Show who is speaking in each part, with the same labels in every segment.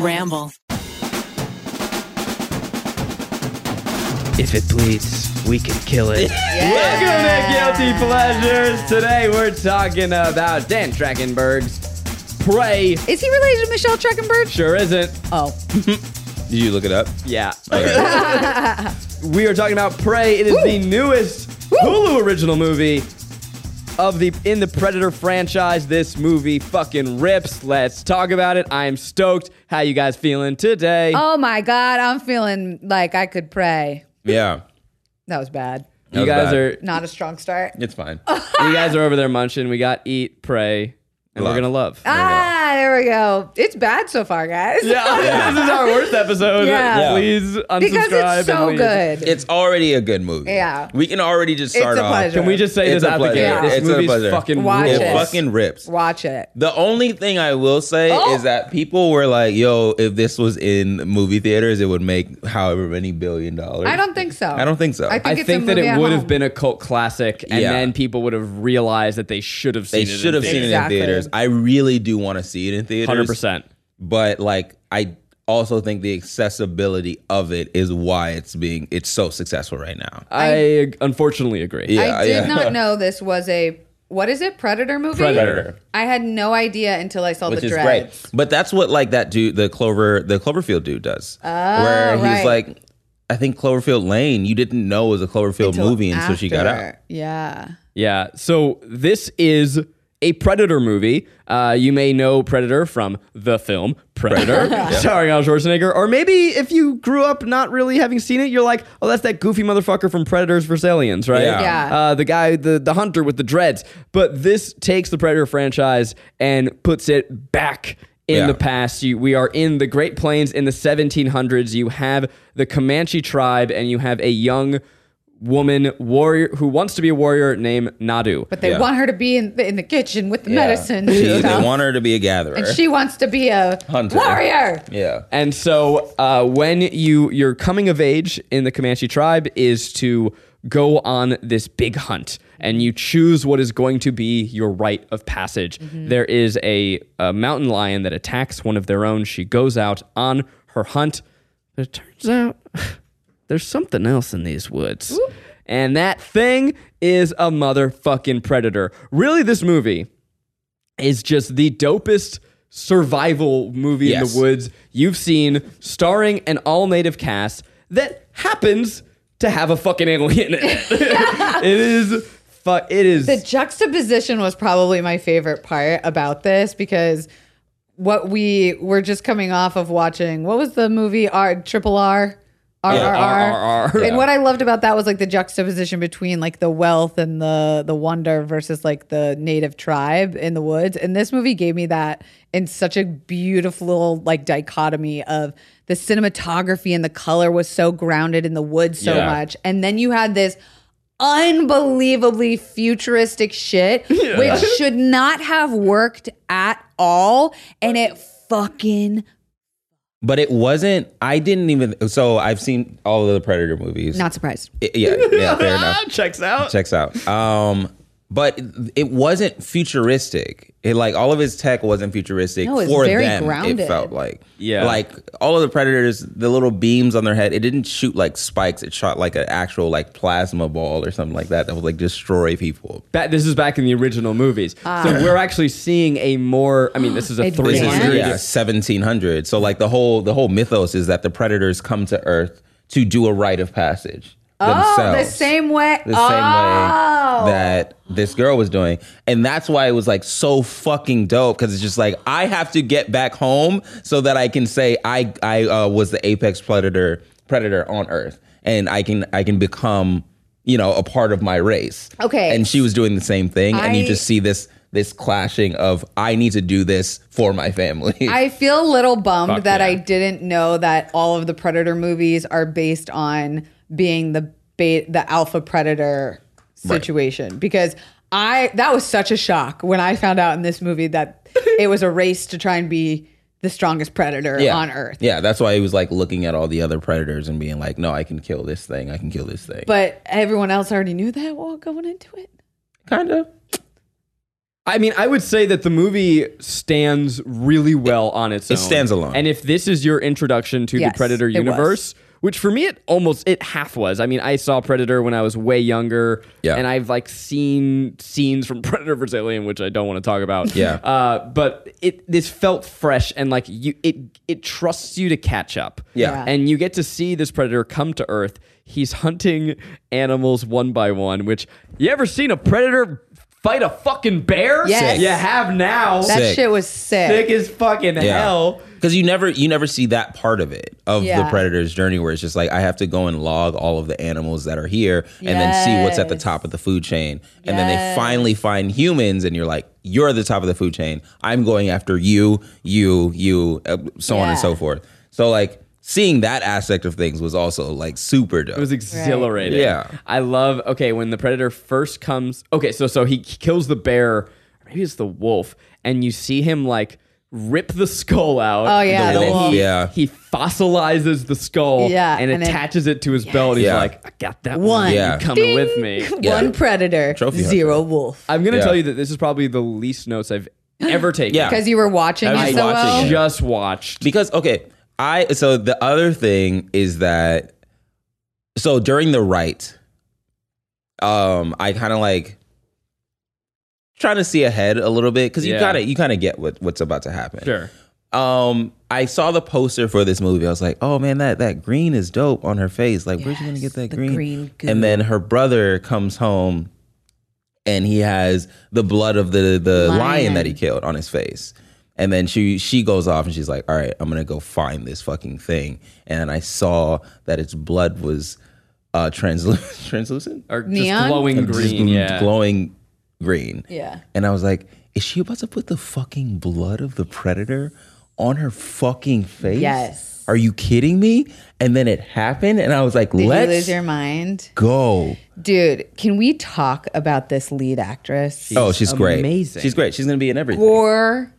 Speaker 1: Ramble.
Speaker 2: If it bleeds, we can kill it.
Speaker 3: Welcome to Guilty Pleasures. Today we're talking about Dan Trachtenberg's Prey.
Speaker 4: Is he related to Michelle Treckenberg?
Speaker 3: Sure isn't.
Speaker 4: Oh,
Speaker 5: Did you look it up?
Speaker 3: Yeah. we are talking about Prey. It is the newest Hulu original movie of the in the Predator franchise. This movie fucking rips. Let's talk about it. I am stoked. How you guys feeling today?
Speaker 4: oh my God! I'm feeling like I could pray.
Speaker 5: Yeah.
Speaker 4: That was bad.
Speaker 3: you
Speaker 5: was
Speaker 3: guys
Speaker 5: bad.
Speaker 3: are
Speaker 4: Not a strong start.
Speaker 5: It's fine.
Speaker 3: you guys are over there munching. We got eat, pray, and
Speaker 5: Love.
Speaker 3: we're gonna love.
Speaker 4: Ah, there we go. It's bad so far, guys.
Speaker 3: Yeah, this is our worst episode.
Speaker 4: Yeah. Yeah.
Speaker 3: Please unsubscribe.
Speaker 4: because it's
Speaker 3: and
Speaker 4: so
Speaker 3: leave.
Speaker 4: good.
Speaker 5: it's already a good movie.
Speaker 4: Yeah.
Speaker 5: We can already just start
Speaker 4: a
Speaker 5: off.
Speaker 4: pleasure.
Speaker 3: Can we just say
Speaker 5: It's
Speaker 3: this
Speaker 5: a
Speaker 3: out the
Speaker 5: pleasure.
Speaker 3: gate?
Speaker 4: Yeah.
Speaker 3: This
Speaker 5: It's a
Speaker 3: movie's
Speaker 5: pleasure.
Speaker 3: fucking
Speaker 4: Watch
Speaker 3: rules.
Speaker 5: It
Speaker 4: Yes.
Speaker 5: fucking rips.
Speaker 4: Watch it.
Speaker 5: The only thing I will say
Speaker 4: Oh.
Speaker 5: is that people were like, yo, if this was in movie theaters, it would make however many billion dollars.
Speaker 4: I don't think so.
Speaker 5: I don't think so.
Speaker 4: I
Speaker 3: I
Speaker 4: think, it's
Speaker 3: think
Speaker 4: a
Speaker 3: that
Speaker 4: movie
Speaker 3: it
Speaker 4: at
Speaker 3: would
Speaker 4: home.
Speaker 3: have been a cult classic, and
Speaker 5: Yeah.
Speaker 3: then people would have realized that they should have seen
Speaker 5: they
Speaker 3: it. in
Speaker 5: should have seen it in
Speaker 4: Exactly.
Speaker 5: theaters. I really do want to see it in theaters.
Speaker 3: Hundred percent.
Speaker 5: But like I also think the accessibility of it is why it's being it's so successful right now.
Speaker 3: I ag- unfortunately agree.
Speaker 5: Yeah.
Speaker 4: I did
Speaker 5: yeah.
Speaker 4: not know this was a what is it? Predator movie.
Speaker 3: Predator.
Speaker 4: I had no idea until I saw
Speaker 5: which
Speaker 4: the
Speaker 5: is
Speaker 4: dreads.
Speaker 5: great. But that's what like that dude, the Clover, the Cloverfield dude does, where he's
Speaker 4: Oh, right.
Speaker 5: like, I think Cloverfield Lane. You didn't know was a Cloverfield
Speaker 4: Till
Speaker 5: movie until she got out.
Speaker 4: after. Yeah.
Speaker 3: Yeah. So this is a Predator movie. Uh, you may know Predator from the film Predator, starring Arnold Schwarzenegger. Or maybe if you grew up not really having seen it, you're like, oh, that's that goofy motherfucker from Predators vs. Aliens, right?
Speaker 5: Yeah.
Speaker 4: Yeah.
Speaker 3: Uh, the guy, the, the hunter with the dreads. But this takes the Predator franchise and puts it back in
Speaker 5: Yeah.
Speaker 3: the past. You, we are in the Great Plains in the 1700s. You have the Comanche tribe and you have a young woman warrior who wants to be a warrior named Nadu.
Speaker 4: But they
Speaker 5: Yeah.
Speaker 4: want her to be in the, in the kitchen with the
Speaker 5: Yeah.
Speaker 4: medicine.
Speaker 5: She-
Speaker 4: and
Speaker 5: they
Speaker 4: stuff.
Speaker 5: want her to be a gatherer.
Speaker 4: and she wants to be a
Speaker 5: Hunter.
Speaker 4: warrior.
Speaker 5: yeah.
Speaker 3: And so uh, when you your coming of age in the Comanche tribe is to go on this big hunt and you choose what is going to be your rite of passage. There is a, a mountain lion that attacks one of their own. She goes out on her hunt. But it turns out there's something else in these woods. And that thing is a motherfucking predator. Really, this movie is just the dopest survival movie in
Speaker 5: Yes.
Speaker 3: the woods you've seen, starring an all native cast that happens to have a fucking alien in it. it is. Fu- it is.
Speaker 4: The juxtaposition was probably my favorite part about this because what we were just coming off of watching, what was the movie R Triple R? R
Speaker 3: Yeah,
Speaker 4: R R.
Speaker 3: RRR.
Speaker 4: And what I loved about that was like the juxtaposition between like the wealth and the the wonder versus like the native tribe in the woods. And this movie gave me that in such a beautiful like dichotomy of the cinematography and the color was so grounded in the woods so
Speaker 5: Yeah.
Speaker 4: much. And then you had this unbelievably futuristic shit, which should not have worked at all. And it fucking
Speaker 5: But it wasn't. I didn't even. So I've seen all of the Predator movies.
Speaker 4: not surprised.
Speaker 5: I- yeah. Yeah. Fair enough.
Speaker 3: Ah, checks out.
Speaker 5: checks out. Um, but it wasn't futuristic. It like all of his tech wasn't futuristic
Speaker 4: No, it's
Speaker 5: for
Speaker 4: very
Speaker 5: them. It
Speaker 4: grounded.
Speaker 5: felt like
Speaker 3: Yeah.
Speaker 5: like all of the predators, the little beams on their head. It didn't shoot like spikes. It shot like an actual like plasma ball or something like that that would like destroy people.
Speaker 3: Ba- this is back in the original movies. so we're actually seeing a more. I mean, this is a
Speaker 4: Ah. Advanced.
Speaker 3: three
Speaker 5: This is
Speaker 4: Yeah.
Speaker 3: hundred.
Speaker 5: yeah, seventeen hundred. So like the whole the whole mythos is that the predators come to Earth to do a rite of passage
Speaker 4: Oh, the
Speaker 5: themselves.
Speaker 4: same way.
Speaker 5: the
Speaker 4: oh.
Speaker 5: same way that this girl was doing. And that's why it was like so fucking dope because it's just like I have to get back home so that I can say I I uh, was the apex predator predator on Earth and I can I can become you know a part of my race.
Speaker 4: Okay.
Speaker 5: And she was doing the same thing, and you
Speaker 4: I-
Speaker 5: just see this this clashing of I need to do this for my family.
Speaker 4: I feel a little bummed
Speaker 3: Fuck
Speaker 4: that
Speaker 3: yeah.
Speaker 4: I didn't know that all of the Predator movies are based on being the beta, the alpha predator situation because I that was such a shock when I found out in this movie that it was a race to try and be the strongest predator on earth.
Speaker 5: Yeah, that's why he was like looking at all the other predators and being like, "No, I can kill this thing. I can kill this thing."
Speaker 4: But everyone else already knew that while going into it.
Speaker 5: kind of.
Speaker 3: I mean, I would say that the movie stands really well on its
Speaker 5: It
Speaker 3: own.
Speaker 5: stands alone.
Speaker 3: And if this is your introduction to
Speaker 4: Yes,
Speaker 3: the Predator
Speaker 4: it was.
Speaker 3: universe, which for me it almost it half was. I mean, I saw Predator when I was way younger,
Speaker 5: Yeah.
Speaker 3: and I've like seen scenes from Predator vs Alien, which I don't want to talk about.
Speaker 5: Yeah.
Speaker 3: Uh, but it this felt fresh and like you it it trusts you to catch up.
Speaker 5: Yeah.
Speaker 4: Yeah.
Speaker 3: And you get to see this predator come to Earth. He's hunting animals one by one, which you ever seen a predator fight a fucking bear?
Speaker 4: Yes.
Speaker 3: You have now.
Speaker 4: That
Speaker 5: Sick.
Speaker 4: shit was sick.
Speaker 3: Sick as fucking hell.
Speaker 5: Because you never you never see that part of it of the
Speaker 4: Yeah.
Speaker 5: predator's journey where it's just like I have to go and log all of the animals that are here and then see what's at the
Speaker 4: Yes.
Speaker 5: top of the food chain. And then they
Speaker 4: Yes.
Speaker 5: finally find humans and you're like, you're at the top of the food chain. I'm going after you, you, you, uh, so on and
Speaker 4: Yeah.
Speaker 5: so forth. So like seeing that aspect of things was also like super dope.
Speaker 3: It was exhilarating.
Speaker 5: Yeah.
Speaker 3: I love okay, when the predator first comes okay, so so he kills the bear, maybe it's the wolf, and you see him like rip the skull out.
Speaker 4: Oh, yeah,
Speaker 3: and
Speaker 5: the
Speaker 3: then
Speaker 5: wolf.
Speaker 3: He,
Speaker 5: Yeah.
Speaker 3: he fossilizes the skull
Speaker 4: Yeah,
Speaker 3: and,
Speaker 4: and then-
Speaker 3: attaches it to his belt. He's
Speaker 5: Yeah.
Speaker 3: like, I got that
Speaker 4: One.
Speaker 3: one.
Speaker 5: Yeah.
Speaker 3: You coming with me.
Speaker 5: Yeah.
Speaker 4: One predator,
Speaker 5: Trophy hunter.
Speaker 4: zero wolf.
Speaker 3: I'm gonna
Speaker 5: Yeah.
Speaker 3: tell you that this is probably the least notes I've ever taken.
Speaker 5: Yeah.
Speaker 4: Because you were watching
Speaker 5: I was
Speaker 4: it so uh,
Speaker 5: watching
Speaker 4: well.
Speaker 5: it.
Speaker 3: Just watched.
Speaker 5: because okay i so the other thing is that so during the right um i kind of like trying to see ahead a little bit because you
Speaker 3: Yeah.
Speaker 5: kind of you kind of get what what's about to happen
Speaker 3: Sure.
Speaker 5: um i saw the poster for this movie i was like oh man that that green is dope on her face like where's she gonna get
Speaker 4: Yes,
Speaker 5: that
Speaker 4: the
Speaker 5: green,
Speaker 4: green goo.
Speaker 5: and then her brother comes home and he has the blood of the the lion.
Speaker 4: Lion.
Speaker 5: that he killed on his face and then she she goes off and she's like all right i'm gonna go find this fucking thing and i saw that its blood was uh translucent translucent
Speaker 3: Or just
Speaker 4: Neon?
Speaker 3: glowing
Speaker 5: Just
Speaker 3: green. yeah.
Speaker 5: glowing green
Speaker 4: Yeah.
Speaker 5: and i was like is she about to put the fucking blood of the predator on her fucking face
Speaker 4: Yes.
Speaker 5: are you kidding me and then it happened and i was like
Speaker 4: Did you
Speaker 5: let's
Speaker 4: lose your mind?
Speaker 5: go
Speaker 4: Dude, can we talk about this lead actress?
Speaker 5: oh, she's great.
Speaker 3: amazing.
Speaker 5: She's great. She's gonna be in everything.
Speaker 4: Or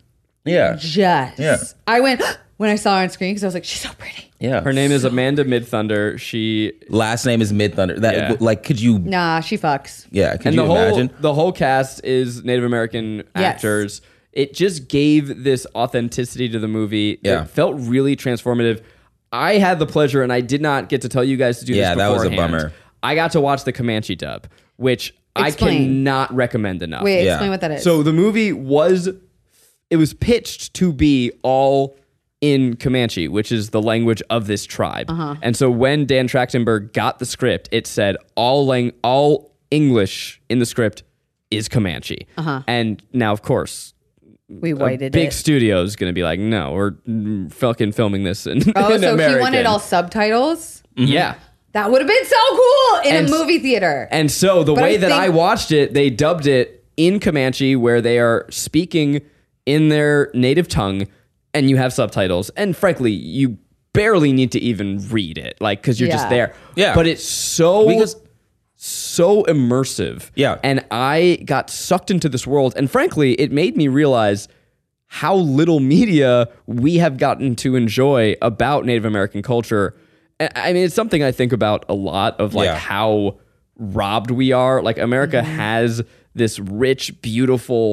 Speaker 5: yeah,
Speaker 4: just.
Speaker 5: Yeah.
Speaker 4: I went when I saw her on screen because I was like, she's so pretty.
Speaker 5: yeah.
Speaker 3: Her name is Amanda Midthunder. She
Speaker 5: last name is Mid Thunder. That
Speaker 3: Yeah.
Speaker 5: like, could you?
Speaker 4: Nah, she fucks.
Speaker 5: Yeah, could
Speaker 3: and
Speaker 5: you
Speaker 3: the whole
Speaker 5: imagine?
Speaker 3: the whole cast is Native American actors. It just gave this authenticity to the movie.
Speaker 5: Yeah.
Speaker 3: It felt really transformative. I had the pleasure, and I did not get to tell you guys to do
Speaker 5: Yeah,
Speaker 3: this.
Speaker 5: that was a
Speaker 3: beforehand.
Speaker 5: bummer.
Speaker 3: I got to watch the Comanche dub, which I
Speaker 4: Explain.
Speaker 3: cannot recommend enough.
Speaker 4: Wait,
Speaker 5: Yeah.
Speaker 4: explain what that is.
Speaker 3: So the movie was it was pitched to be all in Comanche, which is the language of this tribe.
Speaker 4: Uh-huh.
Speaker 3: And so when Dan Trachtenberg got the script, it said all lang- all English in the script is Comanche. And now of course
Speaker 4: we
Speaker 3: a
Speaker 4: waited
Speaker 3: big
Speaker 4: Uh-huh. it.
Speaker 3: studio is going to be like, no, we're mm, fucking filming this in,
Speaker 4: oh,
Speaker 3: in
Speaker 4: so
Speaker 3: American.
Speaker 4: he wanted all Mm-hmm. subtitles?
Speaker 3: Yeah.
Speaker 4: That would have been so cool in
Speaker 3: And
Speaker 4: a
Speaker 3: s-
Speaker 4: movie theater.
Speaker 3: And so the
Speaker 4: But
Speaker 3: way
Speaker 4: I
Speaker 3: that
Speaker 4: think-
Speaker 3: I watched it, they dubbed it in Comanche, where they are speaking in their native tongue, and you have subtitles. And frankly, you barely need to even read it, like because you're just
Speaker 4: Yeah.
Speaker 3: there.
Speaker 5: Yeah.
Speaker 3: But it's so
Speaker 5: Because-
Speaker 3: so immersive.
Speaker 5: Yeah.
Speaker 3: And I got sucked into this world, and frankly, it made me realize. How little media we have gotten to enjoy about Native American culture. And, I mean, it's something I think about a lot of like
Speaker 5: Yeah.
Speaker 3: how robbed we are. Like America has this rich, beautiful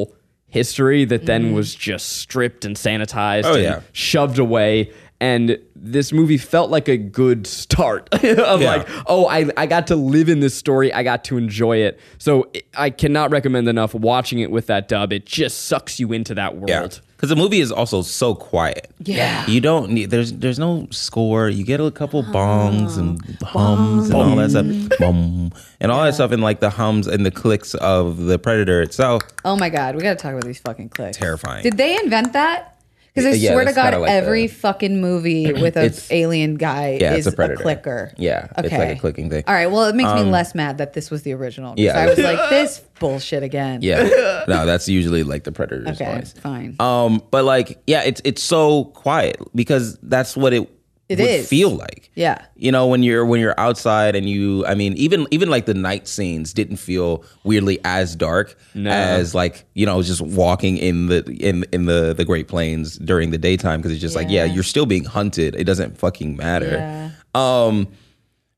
Speaker 3: history that then was just stripped and sanitized
Speaker 5: Oh,
Speaker 3: and
Speaker 5: yeah.
Speaker 3: shoved away. And this movie felt like a good start of
Speaker 5: Yeah.
Speaker 3: like, oh, I, I got to live in this story. I got to enjoy it. So it- I cannot recommend enough watching it with that dub. It just sucks you into that world.
Speaker 5: Yeah, because the movie is also so quiet.
Speaker 4: Yeah.
Speaker 5: you don't need. There's there's no score. You get a couple bongs and hums and all that stuff, Bum. and all that stuff, and like the hums and the clicks of the predator itself.
Speaker 4: oh my God, we got to talk about these fucking clicks.
Speaker 5: Terrifying.
Speaker 4: Did they invent that? Because I
Speaker 5: Yeah,
Speaker 4: swear to
Speaker 5: that's
Speaker 4: God,
Speaker 5: kinda like
Speaker 4: every
Speaker 5: the-
Speaker 4: fucking movie with an
Speaker 5: It's-
Speaker 4: alien guy
Speaker 5: Yeah,
Speaker 4: is
Speaker 5: it's a predator.
Speaker 4: clicker.
Speaker 5: Yeah, it's like a clicking thing. Um,
Speaker 4: All right, well, it makes me less mad that this was the original. 'cause
Speaker 5: Yeah.
Speaker 4: I was like, this bullshit again.
Speaker 5: Yeah, no, that's usually like the predator's
Speaker 4: Okay,
Speaker 5: voice.
Speaker 4: fine.
Speaker 5: Um, but like, yeah, it's it's so quiet because that's what it
Speaker 4: It
Speaker 5: would
Speaker 4: is.
Speaker 5: feel like.
Speaker 4: Yeah.
Speaker 5: you know when you're when you're outside and you, I mean, even even like the night scenes didn't feel weirdly as dark as like you know just walking in the in in the the Great Plains during the daytime because it's just like yeah,
Speaker 4: Yeah.
Speaker 5: you're still being hunted. It doesn't fucking matter
Speaker 4: Yeah.
Speaker 5: um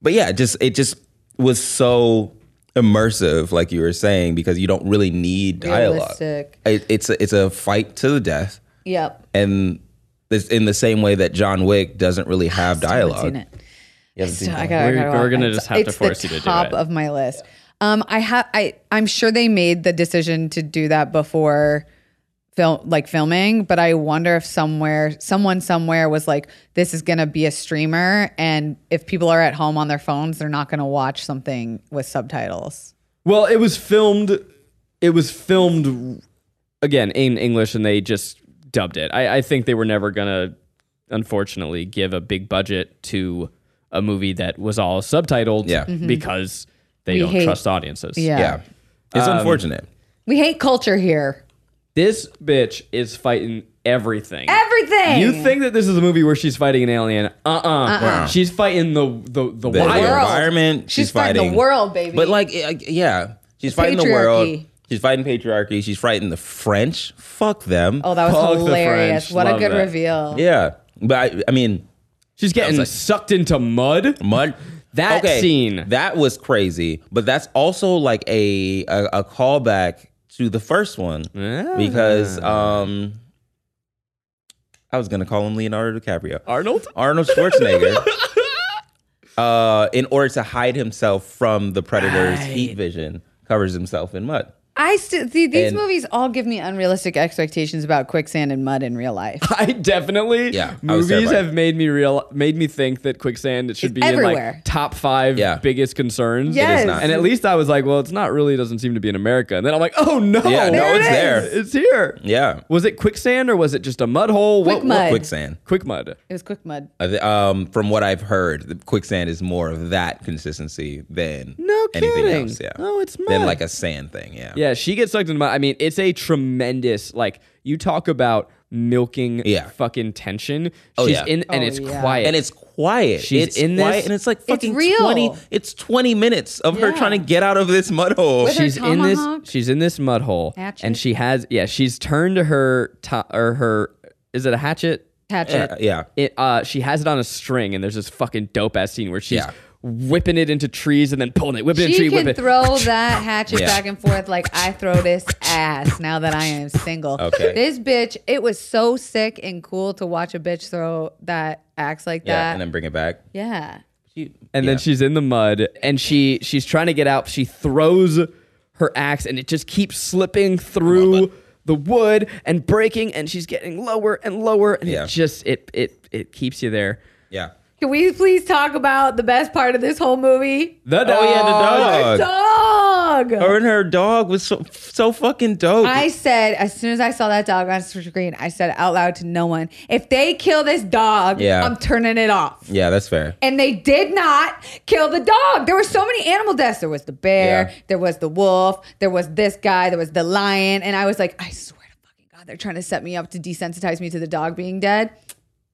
Speaker 5: but yeah it just it just was so immersive, like you were saying, because you don't really need dialogue.
Speaker 4: Realistic.
Speaker 5: It, it's a, it's a fight to the death,
Speaker 4: Yep.
Speaker 5: and this in the same way that John Wick doesn't really have
Speaker 4: I haven't
Speaker 5: dialogue.
Speaker 4: seen it.
Speaker 5: You haven't seen
Speaker 4: So
Speaker 5: it?
Speaker 4: I gotta,
Speaker 3: We're-
Speaker 4: I gotta
Speaker 3: we're
Speaker 4: watch-
Speaker 3: gonna
Speaker 4: it's-
Speaker 3: just have to
Speaker 4: it's
Speaker 3: force
Speaker 4: the
Speaker 3: you to do
Speaker 4: top
Speaker 3: it.
Speaker 4: of my list. Um, I have I I'm sure they made the decision to do that before film like filming, but I wonder if somewhere someone somewhere was like, this is gonna be a streamer, and if people are at home on their phones, they're not gonna watch something with subtitles.
Speaker 3: Well, it was filmed. It was filmed again in English, and they just dubbed it. I, I think they were never gonna, unfortunately, give a big budget to a movie that was all subtitled.
Speaker 5: Yeah. Mhm.
Speaker 3: because they don't
Speaker 4: Mm-hmm. hate-
Speaker 3: trust audiences.
Speaker 4: Yeah.
Speaker 5: Yeah, it's unfortunate.
Speaker 4: We hate culture here.
Speaker 3: this bitch is fighting everything.
Speaker 4: Everything.
Speaker 3: You think that this is a movie where she's fighting an alien? Uh uh
Speaker 4: Uh-uh.
Speaker 3: She's fighting the the the,
Speaker 5: The, the
Speaker 3: wild.
Speaker 4: world.
Speaker 5: environment.
Speaker 4: She's, fighting, the world, baby.
Speaker 5: But like, i- I- yeah, she's fighting the world.
Speaker 4: patriarchy.
Speaker 5: She's fighting patriarchy. She's fighting the French. Fuck them.
Speaker 4: oh, that
Speaker 3: Fuck
Speaker 4: was
Speaker 3: the
Speaker 4: hilarious!
Speaker 3: French.
Speaker 4: What a
Speaker 3: Love
Speaker 4: good
Speaker 3: that.
Speaker 4: reveal.
Speaker 5: Yeah, but I, I mean,
Speaker 3: She's getting sucked into mud.
Speaker 5: mud.
Speaker 3: That scene.
Speaker 5: that was crazy. But that's also like a a, a callback to the first one
Speaker 4: Ah.
Speaker 3: Eh,
Speaker 5: because um, I was gonna call him Leonardo DiCaprio.
Speaker 3: Arnold.
Speaker 5: Arnold Schwarzenegger, uh, in order to hide himself from the predator's heat vision, covers himself in mud.
Speaker 4: I still see these
Speaker 5: And-
Speaker 4: movies all give me unrealistic expectations about quicksand and mud in real life.
Speaker 3: I definitely
Speaker 5: Yeah, I was
Speaker 3: movies
Speaker 5: terrified.
Speaker 3: have made me real made me think that quicksand should be in
Speaker 4: everywhere.
Speaker 3: like top five
Speaker 5: Yeah.
Speaker 3: biggest concerns.
Speaker 4: Yes.
Speaker 5: not.
Speaker 3: And at least I was like, well, it's not really doesn't seem to be in America. And then I'm like, oh no,
Speaker 5: Yeah, no,
Speaker 4: There it it's is. there.
Speaker 3: It's here.
Speaker 5: Yeah,
Speaker 3: Was it quicksand or was it just a mud hole?
Speaker 4: Quick mud.
Speaker 5: quicksand.
Speaker 3: Quick mud.
Speaker 4: It was quick mud.
Speaker 5: Uh, the- Um, from what I've heard, the quicksand is more of that consistency than
Speaker 3: No
Speaker 5: anything
Speaker 3: kidding.
Speaker 5: else. Yeah.
Speaker 3: Oh, it's
Speaker 5: than
Speaker 3: mud.
Speaker 5: like a sand thing. Yeah.
Speaker 3: Yeah, she gets sucked into mud. I mean, it's a tremendous like you talk about milking
Speaker 5: Yeah.
Speaker 3: fucking tension.
Speaker 5: Oh,
Speaker 3: She's
Speaker 5: yeah.
Speaker 3: in and
Speaker 4: Oh,
Speaker 3: it's
Speaker 4: yeah.
Speaker 3: quiet.
Speaker 5: And it's quiet.
Speaker 3: She's
Speaker 5: it's
Speaker 3: in
Speaker 5: quiet,
Speaker 3: this-
Speaker 5: and it's like fucking
Speaker 4: real.
Speaker 5: twenty. It's twenty minutes of her
Speaker 4: Yeah.
Speaker 5: trying to get out of this mud hole.
Speaker 4: With her
Speaker 3: she's in
Speaker 4: tomahawk?
Speaker 3: this she's in this mud hole
Speaker 4: Hatchet?
Speaker 3: and she has yeah she's turned her to, or her is it a hatchet
Speaker 4: Hatchet.
Speaker 5: yeah, yeah.
Speaker 3: it uh she has it on a string and there's this fucking dope ass scene where she's
Speaker 5: Yeah.
Speaker 3: whipping it into trees and then pulling it whipping it
Speaker 4: She
Speaker 3: into tree
Speaker 4: can
Speaker 3: whipping
Speaker 4: throw that hatchet
Speaker 5: Yeah.
Speaker 4: back and forth like I throw this ass now that I am single.
Speaker 5: Okay.
Speaker 4: This bitch, it was so sick and cool to watch a bitch throw that axe like
Speaker 5: yeah,
Speaker 4: that.
Speaker 5: and then bring it back.
Speaker 4: yeah.
Speaker 3: and then she's in the mud and she she's trying to get out she throws her axe and it just keeps slipping through the wood and breaking and she's getting lower and lower and
Speaker 5: Yeah.
Speaker 3: it just it it it keeps you there
Speaker 5: Yeah.
Speaker 4: Can we please talk about the best part of this whole movie?
Speaker 3: the dog.
Speaker 5: Oh yeah, the dog.
Speaker 4: Dog.
Speaker 5: Her and her dog was so so fucking dope.
Speaker 4: I said as soon as I saw that dog on screen, I said out loud to no one, if they kill this dog,
Speaker 5: Yeah.
Speaker 4: I'm turning it off.
Speaker 5: yeah, that's fair.
Speaker 4: and they did not kill the dog. There were so many animal deaths. There was the bear,
Speaker 5: Yeah.
Speaker 4: there was the wolf, there was this guy, there was the lion, and I was like, I swear to fucking god, they're trying to set me up to desensitize me to the dog being dead.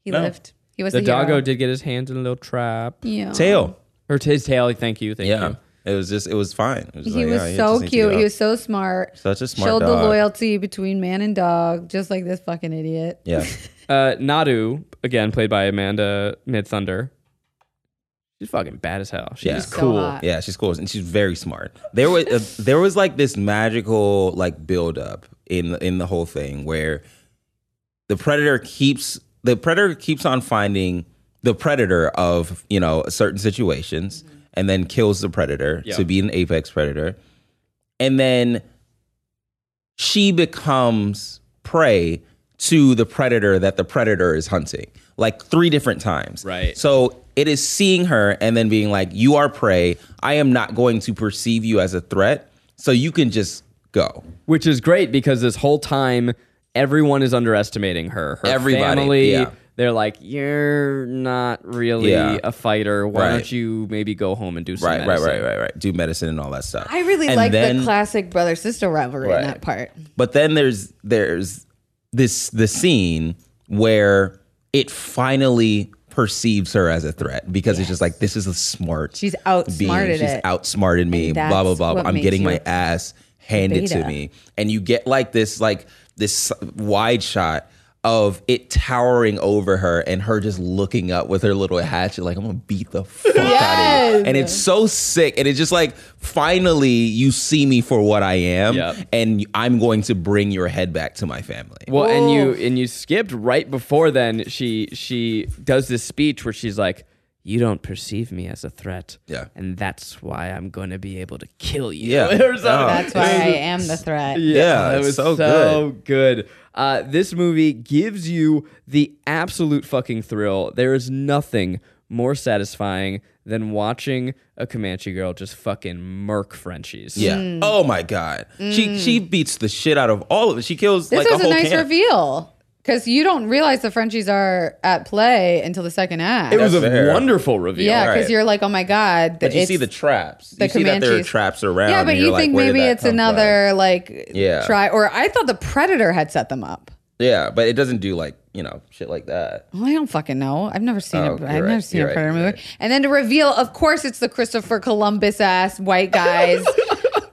Speaker 4: He
Speaker 5: No.
Speaker 4: lived. He was
Speaker 3: the
Speaker 4: the,
Speaker 3: doggo
Speaker 4: hero.
Speaker 3: did get his hands in a little trap
Speaker 4: Yeah.
Speaker 5: Tail.
Speaker 3: Or his tail. Thank you. Thank
Speaker 5: Yeah.
Speaker 3: you.
Speaker 5: It was just it was fine. It was
Speaker 4: He
Speaker 5: like, "Oh,
Speaker 4: was
Speaker 5: yeah, you
Speaker 4: so
Speaker 5: just need to
Speaker 4: cute.
Speaker 5: go.
Speaker 4: He was so smart.
Speaker 5: Such a smart
Speaker 4: Showed
Speaker 5: dog.
Speaker 4: the loyalty between man and dog, just like this fucking idiot.
Speaker 5: Yeah.
Speaker 3: Uh, Nadu, again, played by Amanda Mid Thunder. She's fucking bad as hell. She's
Speaker 5: Yeah.
Speaker 4: So
Speaker 3: cool.
Speaker 4: hot.
Speaker 5: Yeah, she's cool and she's very smart. There was uh, there was like this magical like build up in in the whole thing where the predator keeps the predator keeps on finding the predator of you know certain situations and then kills the predator
Speaker 3: Yeah.
Speaker 5: to be an apex predator, and then she becomes prey to the predator that the predator is hunting like three different times
Speaker 3: Right.
Speaker 5: so it is seeing her and then being like you are prey i am not going to perceive you as a threat so you can just go
Speaker 3: Which is great because this whole time, everyone is underestimating her. Her
Speaker 5: Everybody,
Speaker 3: family,
Speaker 5: yeah.
Speaker 3: they're like, you're not really
Speaker 5: Yeah.
Speaker 3: a fighter. Why
Speaker 5: Right.
Speaker 3: don't you maybe go home and do some
Speaker 5: right right
Speaker 3: medicine?"
Speaker 5: right right right do medicine and all that stuff
Speaker 4: I really
Speaker 5: And
Speaker 4: like
Speaker 5: then-
Speaker 4: the classic brother sister rivalry
Speaker 5: Right. Oh,
Speaker 4: in that part.
Speaker 5: But then there's there's this the scene where it finally perceives her as a threat because it's just like this is a smart.
Speaker 4: She's outsmarted
Speaker 5: She's
Speaker 4: it.
Speaker 5: outsmarted me.
Speaker 4: And
Speaker 5: Blah blah
Speaker 4: that's
Speaker 5: blah.
Speaker 4: what
Speaker 5: I'm
Speaker 4: makes
Speaker 5: getting
Speaker 4: you
Speaker 5: my ass handed to
Speaker 4: beta.
Speaker 5: me, and you get like this like this wide shot of it towering over her and her just looking up with her little hatchet, like I'm gonna beat the fuck out of
Speaker 4: Yes.
Speaker 5: you. And it's so sick. And it's just like finally you see me for what I am,
Speaker 3: Yep.
Speaker 5: and I'm going to bring your head back to my family.
Speaker 3: Well, and
Speaker 4: Oof.
Speaker 3: you and you skipped right before then. She she does this speech where she's like, "You don't perceive me as a threat,
Speaker 5: Yeah.
Speaker 3: and that's why I'm going to be able to kill you."
Speaker 5: Yeah.
Speaker 3: or something.
Speaker 5: Oh.
Speaker 4: That's why I am the threat.
Speaker 5: Yeah,
Speaker 3: that
Speaker 5: it's
Speaker 3: was
Speaker 5: so
Speaker 3: so good. Uh, this movie gives you the absolute fucking thrill. There is nothing more satisfying than watching a Comanche girl just fucking murk Frenchies.
Speaker 5: Yeah.
Speaker 4: Mm.
Speaker 5: Oh my god. She she beats the shit out of all of it. She kills
Speaker 4: This
Speaker 5: like
Speaker 4: was
Speaker 5: a
Speaker 4: a
Speaker 5: whole
Speaker 4: nice
Speaker 5: camp.
Speaker 4: reveal because you don't realize the Frenchies are at play until the second act.
Speaker 3: It was a
Speaker 5: That's fair.
Speaker 3: wonderful reveal.
Speaker 4: yeah, because
Speaker 5: right.
Speaker 4: you're like, oh my god,
Speaker 5: But you
Speaker 4: it's-
Speaker 5: see the traps.
Speaker 4: the
Speaker 5: you see that there are
Speaker 4: Comanches.
Speaker 5: traps around.
Speaker 4: Yeah, but
Speaker 5: and you're
Speaker 4: you
Speaker 5: like,
Speaker 4: think
Speaker 5: where did
Speaker 4: maybe
Speaker 5: that
Speaker 4: it's
Speaker 5: come from?
Speaker 4: another like
Speaker 5: Yeah.
Speaker 4: try or I thought the predator had set them up.
Speaker 5: Yeah, but it doesn't do like you know shit like that.
Speaker 4: Well, I don't fucking know. I've never seen
Speaker 5: Oh,
Speaker 4: a
Speaker 5: you're
Speaker 4: I've
Speaker 5: right,
Speaker 4: never seen
Speaker 5: you're
Speaker 4: a
Speaker 5: right,
Speaker 4: predator
Speaker 5: you're
Speaker 4: movie. And then to reveal, of course, it's the Christopher Columbus ass white guys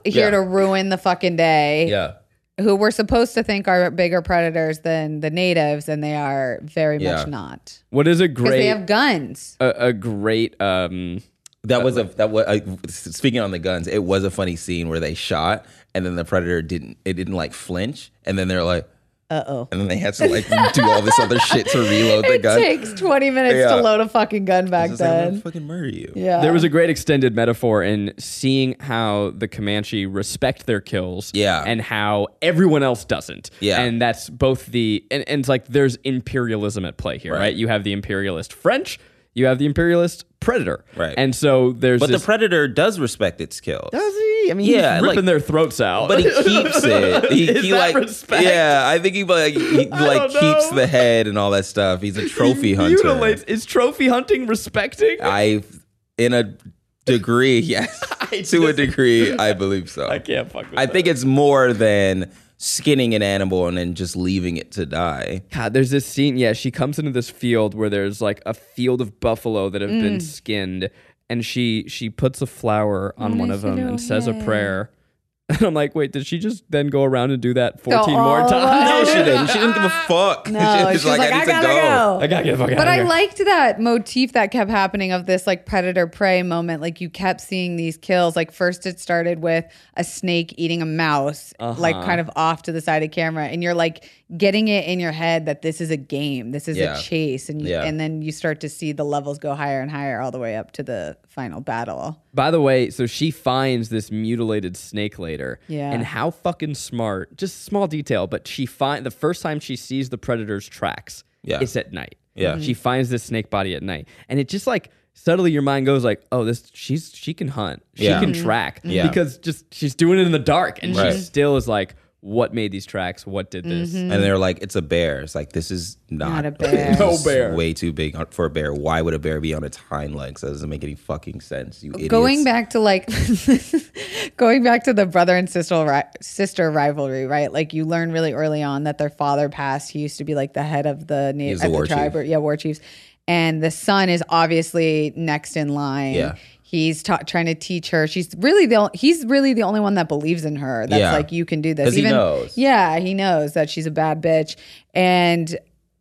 Speaker 4: here
Speaker 5: Yeah.
Speaker 4: to ruin the fucking day.
Speaker 5: Yeah.
Speaker 4: Who we're supposed to think are bigger predators than the natives, and they are very
Speaker 5: Yeah.
Speaker 4: much not.
Speaker 3: What is a
Speaker 4: Because
Speaker 3: great
Speaker 4: they have guns.
Speaker 3: a, a great um
Speaker 5: That was a that was I- speaking on the guns. It was a funny scene where they shot, and then the predator didn't. It didn't like flinch, and then they're like,
Speaker 4: Uh oh.
Speaker 5: and then they had to like do all this other shit to reload the
Speaker 4: It
Speaker 5: gun.
Speaker 4: takes 20 minutes
Speaker 5: Yeah.
Speaker 4: to load a fucking gun back
Speaker 5: It's like, I'm
Speaker 4: then.
Speaker 5: gonna fucking murder you.
Speaker 4: yeah.
Speaker 3: there was a great extended metaphor in seeing how the Comanche respect their kills
Speaker 5: Yeah.
Speaker 3: and how everyone else doesn't.
Speaker 5: Yeah.
Speaker 3: And that's both the and, and it's like there's imperialism at play here, right.
Speaker 5: Right.
Speaker 3: You have the imperialist French, you have the imperialist predator.
Speaker 5: Right.
Speaker 3: And so there's
Speaker 5: But
Speaker 3: this,
Speaker 5: the predator does respect its kills.
Speaker 3: Does he? I mean
Speaker 5: Yeah,
Speaker 3: he's
Speaker 5: like-
Speaker 3: ripping their throats out.
Speaker 5: But he keeps it. He,
Speaker 3: Is
Speaker 5: he
Speaker 3: that
Speaker 5: like
Speaker 3: respect?
Speaker 5: yeah. I think he like he like
Speaker 3: don't know.
Speaker 5: keeps the head and all that stuff. He's a trophy hunter.
Speaker 3: mutilates. Is trophy hunting respecting?
Speaker 5: I, in a degree, yes. to a degree, I believe so.
Speaker 3: I can't fuck with
Speaker 5: I
Speaker 3: that.
Speaker 5: think it's more than skinning an animal and then just leaving it to die.
Speaker 3: God, there's this scene. Yeah, she comes into this field where there's like a field of buffalo that have
Speaker 4: Mm.
Speaker 3: been skinned, and she she puts a flower on one of them and says a prayer. And I'm like, wait, did she just then go around and do that 14 more
Speaker 4: all
Speaker 3: times?
Speaker 5: No, she didn't. She didn't give a fuck.
Speaker 4: Uh, No, she's like, I, gotta go.
Speaker 3: I gotta get the fuck out
Speaker 4: But
Speaker 3: of
Speaker 4: I
Speaker 3: here.
Speaker 4: liked that motif that kept happening of this like predator prey moment. Like you kept seeing these kills. Like first it started with a snake eating a mouse, like
Speaker 5: Uh-huh.
Speaker 4: kind of off to the side of camera, and you're like getting it in your head that this is a game, this is
Speaker 5: Yeah.
Speaker 4: a chase, and you,
Speaker 5: Yeah.
Speaker 4: and then you start to see the levels go higher and higher all the way up to the final battle.
Speaker 3: By the way, so she finds this mutilated snake later.
Speaker 4: Yeah.
Speaker 3: And how fucking smart, just small detail, but she find the first time she sees the predator's tracks,
Speaker 5: Yeah.
Speaker 3: it's at night.
Speaker 5: Yeah.
Speaker 3: She finds this snake body at night. And it just like suddenly your mind goes like, oh, this she's she can hunt. She
Speaker 5: Yeah.
Speaker 3: can track.
Speaker 5: Yeah.
Speaker 3: Because just she's doing it in the dark and
Speaker 5: Right.
Speaker 3: she still is like, what made these tracks? What did this?
Speaker 5: And they're like, it's a bear. It's like, this is not,
Speaker 4: Mm. Not a bear.
Speaker 5: this
Speaker 3: No
Speaker 5: is
Speaker 3: bear.
Speaker 5: Way too big for a bear. Why would a bear be on its hind legs? That doesn't make any fucking sense. You idiots.
Speaker 4: going back to like going back to the brother and sister ri- sister rivalry, right? Like you learn really early on that their father passed. He used to be like the head of the
Speaker 5: was
Speaker 4: native
Speaker 5: the
Speaker 4: at
Speaker 5: war
Speaker 4: the tribe,
Speaker 5: chief.
Speaker 4: or, yeah, war chiefs, and the son is obviously next in line.
Speaker 5: Yeah.
Speaker 4: He's ta- trying to teach her. She's really the o- he's really the only one that believes in her. That's
Speaker 5: Yeah.
Speaker 4: like you can do this.
Speaker 5: 'Cause he knows.
Speaker 4: Yeah, he knows that she's a bad bitch, and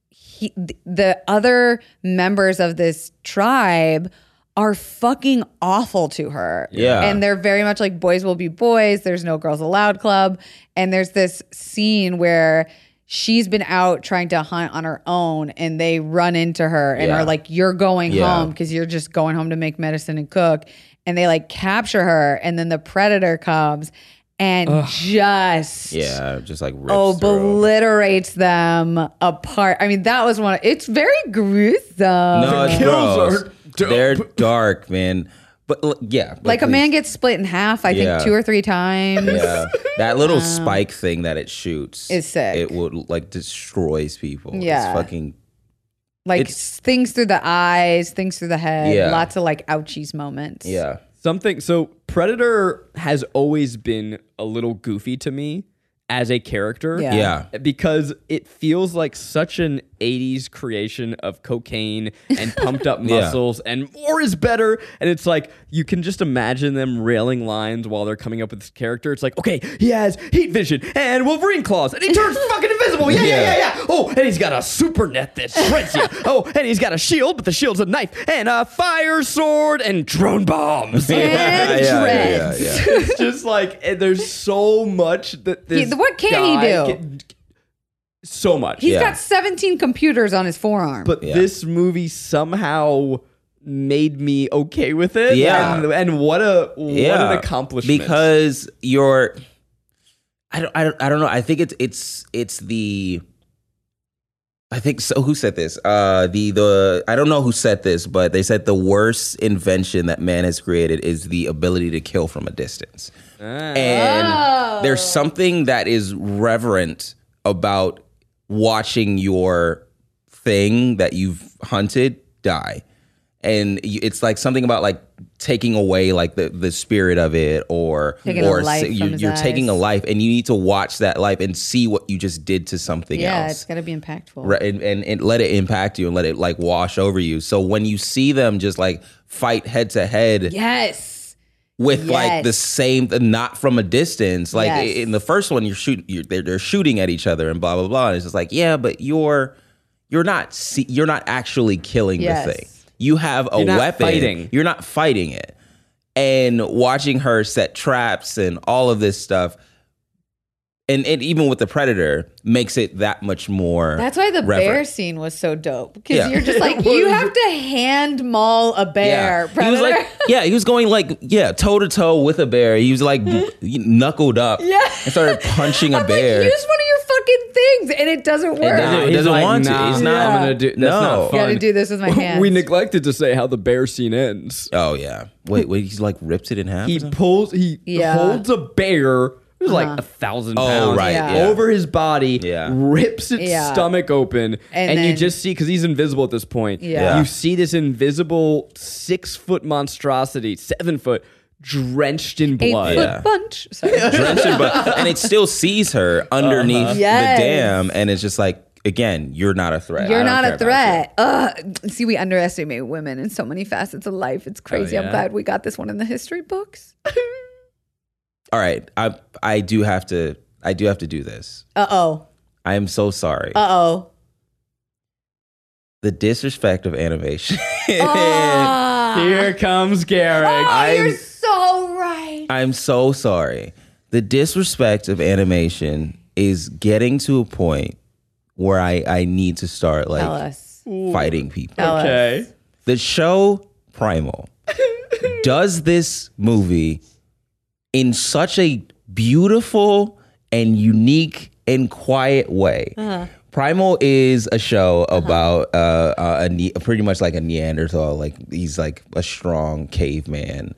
Speaker 4: he, th- the other members of this tribe are fucking awful to her.
Speaker 5: Yeah.
Speaker 4: And they're very much like boys will be boys. There's no girls allowed club. And there's this scene where she's been out trying to hunt on her own and they run into her and
Speaker 5: Yeah.
Speaker 4: are like, you're going
Speaker 5: Yeah.
Speaker 4: home because you're just going home to make medicine and cook. And they like capture her. And then the predator comes and just
Speaker 5: Yeah, just like rips
Speaker 4: oh,
Speaker 5: through 'em.
Speaker 4: obliterates them apart. I mean, that was one. It's very gruesome.
Speaker 5: No, it's
Speaker 3: kills
Speaker 5: gross.
Speaker 3: are dope.
Speaker 5: They're dark, man. But l- yeah,
Speaker 4: like a
Speaker 5: please-
Speaker 4: man gets split in half. I
Speaker 5: Yeah.
Speaker 4: think two or three times.
Speaker 5: Yeah, that little spike thing that it shoots
Speaker 4: Is Um, sick.
Speaker 5: It will like destroys people.
Speaker 4: Yeah.
Speaker 5: it's fucking
Speaker 4: Like
Speaker 5: It's-
Speaker 4: things through the eyes, things through the head.
Speaker 5: Yeah.
Speaker 4: Lots of like ouchies moments.
Speaker 5: yeah.
Speaker 3: Something so Predator has always been a little goofy to me as a character.
Speaker 4: Yeah.
Speaker 5: Yeah.
Speaker 3: Because it feels like such an 80s creation of cocaine and pumped up muscles and more is better. And it's like you can just imagine them railing lines while they're coming up with this character. It's like, okay, he has heat vision and Wolverine claws and he turns fucking invisible. Yeah, yeah, yeah,
Speaker 5: Yeah.
Speaker 3: yeah. Oh, and he's got a super net that shreds you. Oh, and he's got a shield, but the shield's a knife and a fire sword and drone bombs.
Speaker 4: And
Speaker 5: yeah,
Speaker 4: dreads.
Speaker 5: yeah, yeah.
Speaker 3: it's just like eh, there's so much that this.
Speaker 4: Yeah, what can he
Speaker 3: guy
Speaker 4: do?
Speaker 3: can- so much.
Speaker 4: He's
Speaker 5: Yeah.
Speaker 4: got 17 computers on his forearm.
Speaker 3: But
Speaker 5: Yeah.
Speaker 3: this movie somehow made me okay with it.
Speaker 5: Yeah.
Speaker 3: and, and what a what
Speaker 5: yeah,
Speaker 3: an accomplishment.
Speaker 5: because you're. I don't, I don't. I don't know. I think it's it's it's the. I think so. Who said this? Uh, the the I don't know who said this, but they said the worst invention that man has created is the ability to kill from a distance. And there's
Speaker 4: Oh.
Speaker 5: something that is reverent about watching your thing that you've hunted die and you, it's like something about like taking away like the, the spirit of it or
Speaker 4: Taking a
Speaker 5: or
Speaker 4: life
Speaker 5: s-
Speaker 4: from
Speaker 5: you,
Speaker 4: his
Speaker 5: you're taking a
Speaker 4: eyes.
Speaker 5: life and you need to watch that life and see what you just did to something
Speaker 4: yeah,
Speaker 5: else
Speaker 4: it's got to be impactful.
Speaker 5: right, and, and and let it impact you and let it like wash over you so when you see them just like fight head to head
Speaker 4: Yes.
Speaker 5: with like
Speaker 4: Yes.
Speaker 5: the same, not from a distance. Like i-
Speaker 4: Yes.
Speaker 5: in the first one, you're shooting, you're, they're, they're shooting at each other and blah blah blah. And it's just like, yeah, but you're you're not see, you're not actually killing
Speaker 4: Yes.
Speaker 5: the thing. You have a
Speaker 3: You're not
Speaker 5: weapon.
Speaker 3: fighting.
Speaker 5: You're not fighting it. And watching her set traps and all of this stuff. And, and even with the predator makes it that much more.
Speaker 4: That's why the bear
Speaker 5: reverent.
Speaker 4: scene was so dope because
Speaker 5: Yeah.
Speaker 4: you're just like you have to hand maul a bear.
Speaker 5: He was
Speaker 4: Predator.
Speaker 5: like, yeah, he was going like, yeah, toe to toe with a bear. He was like knuckled up
Speaker 4: Mm. Yeah.
Speaker 5: and started punching a
Speaker 4: I'm
Speaker 5: bear.
Speaker 4: like, use one of your fucking things, and it doesn't work.
Speaker 5: doesn't-
Speaker 4: You
Speaker 5: he doesn't want to. He's not-
Speaker 3: I'm gonna do. That's
Speaker 5: No.
Speaker 3: not fun.
Speaker 5: You
Speaker 4: got to do this with my hands.
Speaker 3: we neglected to say how the bear scene ends.
Speaker 5: Oh yeah. Wait, wait. He's like ripped it in half.
Speaker 3: He pulls. He
Speaker 4: Yeah. Uh-huh.
Speaker 3: holds a bear. It was like a thousand pounds
Speaker 5: Oh, right,
Speaker 4: Yeah. yeah.
Speaker 3: over his body,
Speaker 5: Yeah.
Speaker 3: rips its
Speaker 4: Yeah.
Speaker 3: stomach open, and,
Speaker 4: And
Speaker 3: you
Speaker 4: then-
Speaker 3: just see because he's invisible at this point.
Speaker 4: Yeah.
Speaker 3: you see this invisible six foot monstrosity, seven foot, drenched in
Speaker 4: eight
Speaker 3: blood.
Speaker 4: foot
Speaker 5: Yeah.
Speaker 4: bunch. Sorry.
Speaker 5: drenched in blood, and it still sees her underneath
Speaker 4: Uh-huh. Yes.
Speaker 5: the dam, and it's just like, again, you're not a threat. I
Speaker 4: You're
Speaker 5: don't
Speaker 4: not
Speaker 5: care
Speaker 4: a
Speaker 5: about you.
Speaker 4: threat. Ugh. See, we underestimate women in so many facets of life.
Speaker 5: Oh,
Speaker 4: It's crazy.
Speaker 3: yeah.
Speaker 4: I'm glad we got this one in the history books.
Speaker 5: All right, I I do have to I do have to do this.
Speaker 4: Uh oh.
Speaker 5: I am so sorry.
Speaker 4: Uh oh.
Speaker 5: the disrespect of animation.
Speaker 3: Here comes Garrick.
Speaker 4: Ah, You're
Speaker 5: I'm
Speaker 4: so right.
Speaker 5: I'm so sorry. The disrespect of animation is getting to a point where I I need to start like
Speaker 4: Tell us.
Speaker 5: fighting people.
Speaker 4: Tell us.
Speaker 3: okay.
Speaker 5: The show Primal does this movie in such a beautiful and unique and quiet way. Primal is a show about uh, uh, a ne- pretty much like a Neanderthal. Like he's like a strong caveman,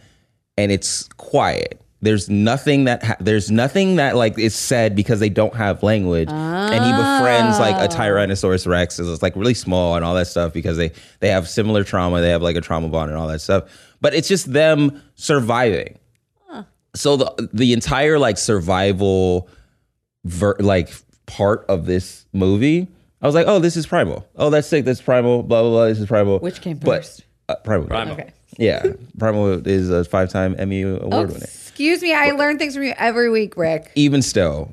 Speaker 5: and it's quiet. There's nothing that ha- there's nothing that like is said because they don't have language, and he befriends like a Tyrannosaurus Rex. It's like really small and all that stuff because they they have similar trauma. They have like a trauma bond and all that stuff. But it's just them surviving so the the entire like survival ver- like part of this movie i was like oh this is primal oh that's sick that's primal blah blah blah this is primal
Speaker 4: Which came
Speaker 5: But-
Speaker 4: first?
Speaker 5: uh, primal primal
Speaker 4: Okay.
Speaker 5: yeah primal is a five-time emmy
Speaker 4: Oh,
Speaker 5: award winner
Speaker 4: Excuse me. I learn things from you every week, Rick.
Speaker 5: even still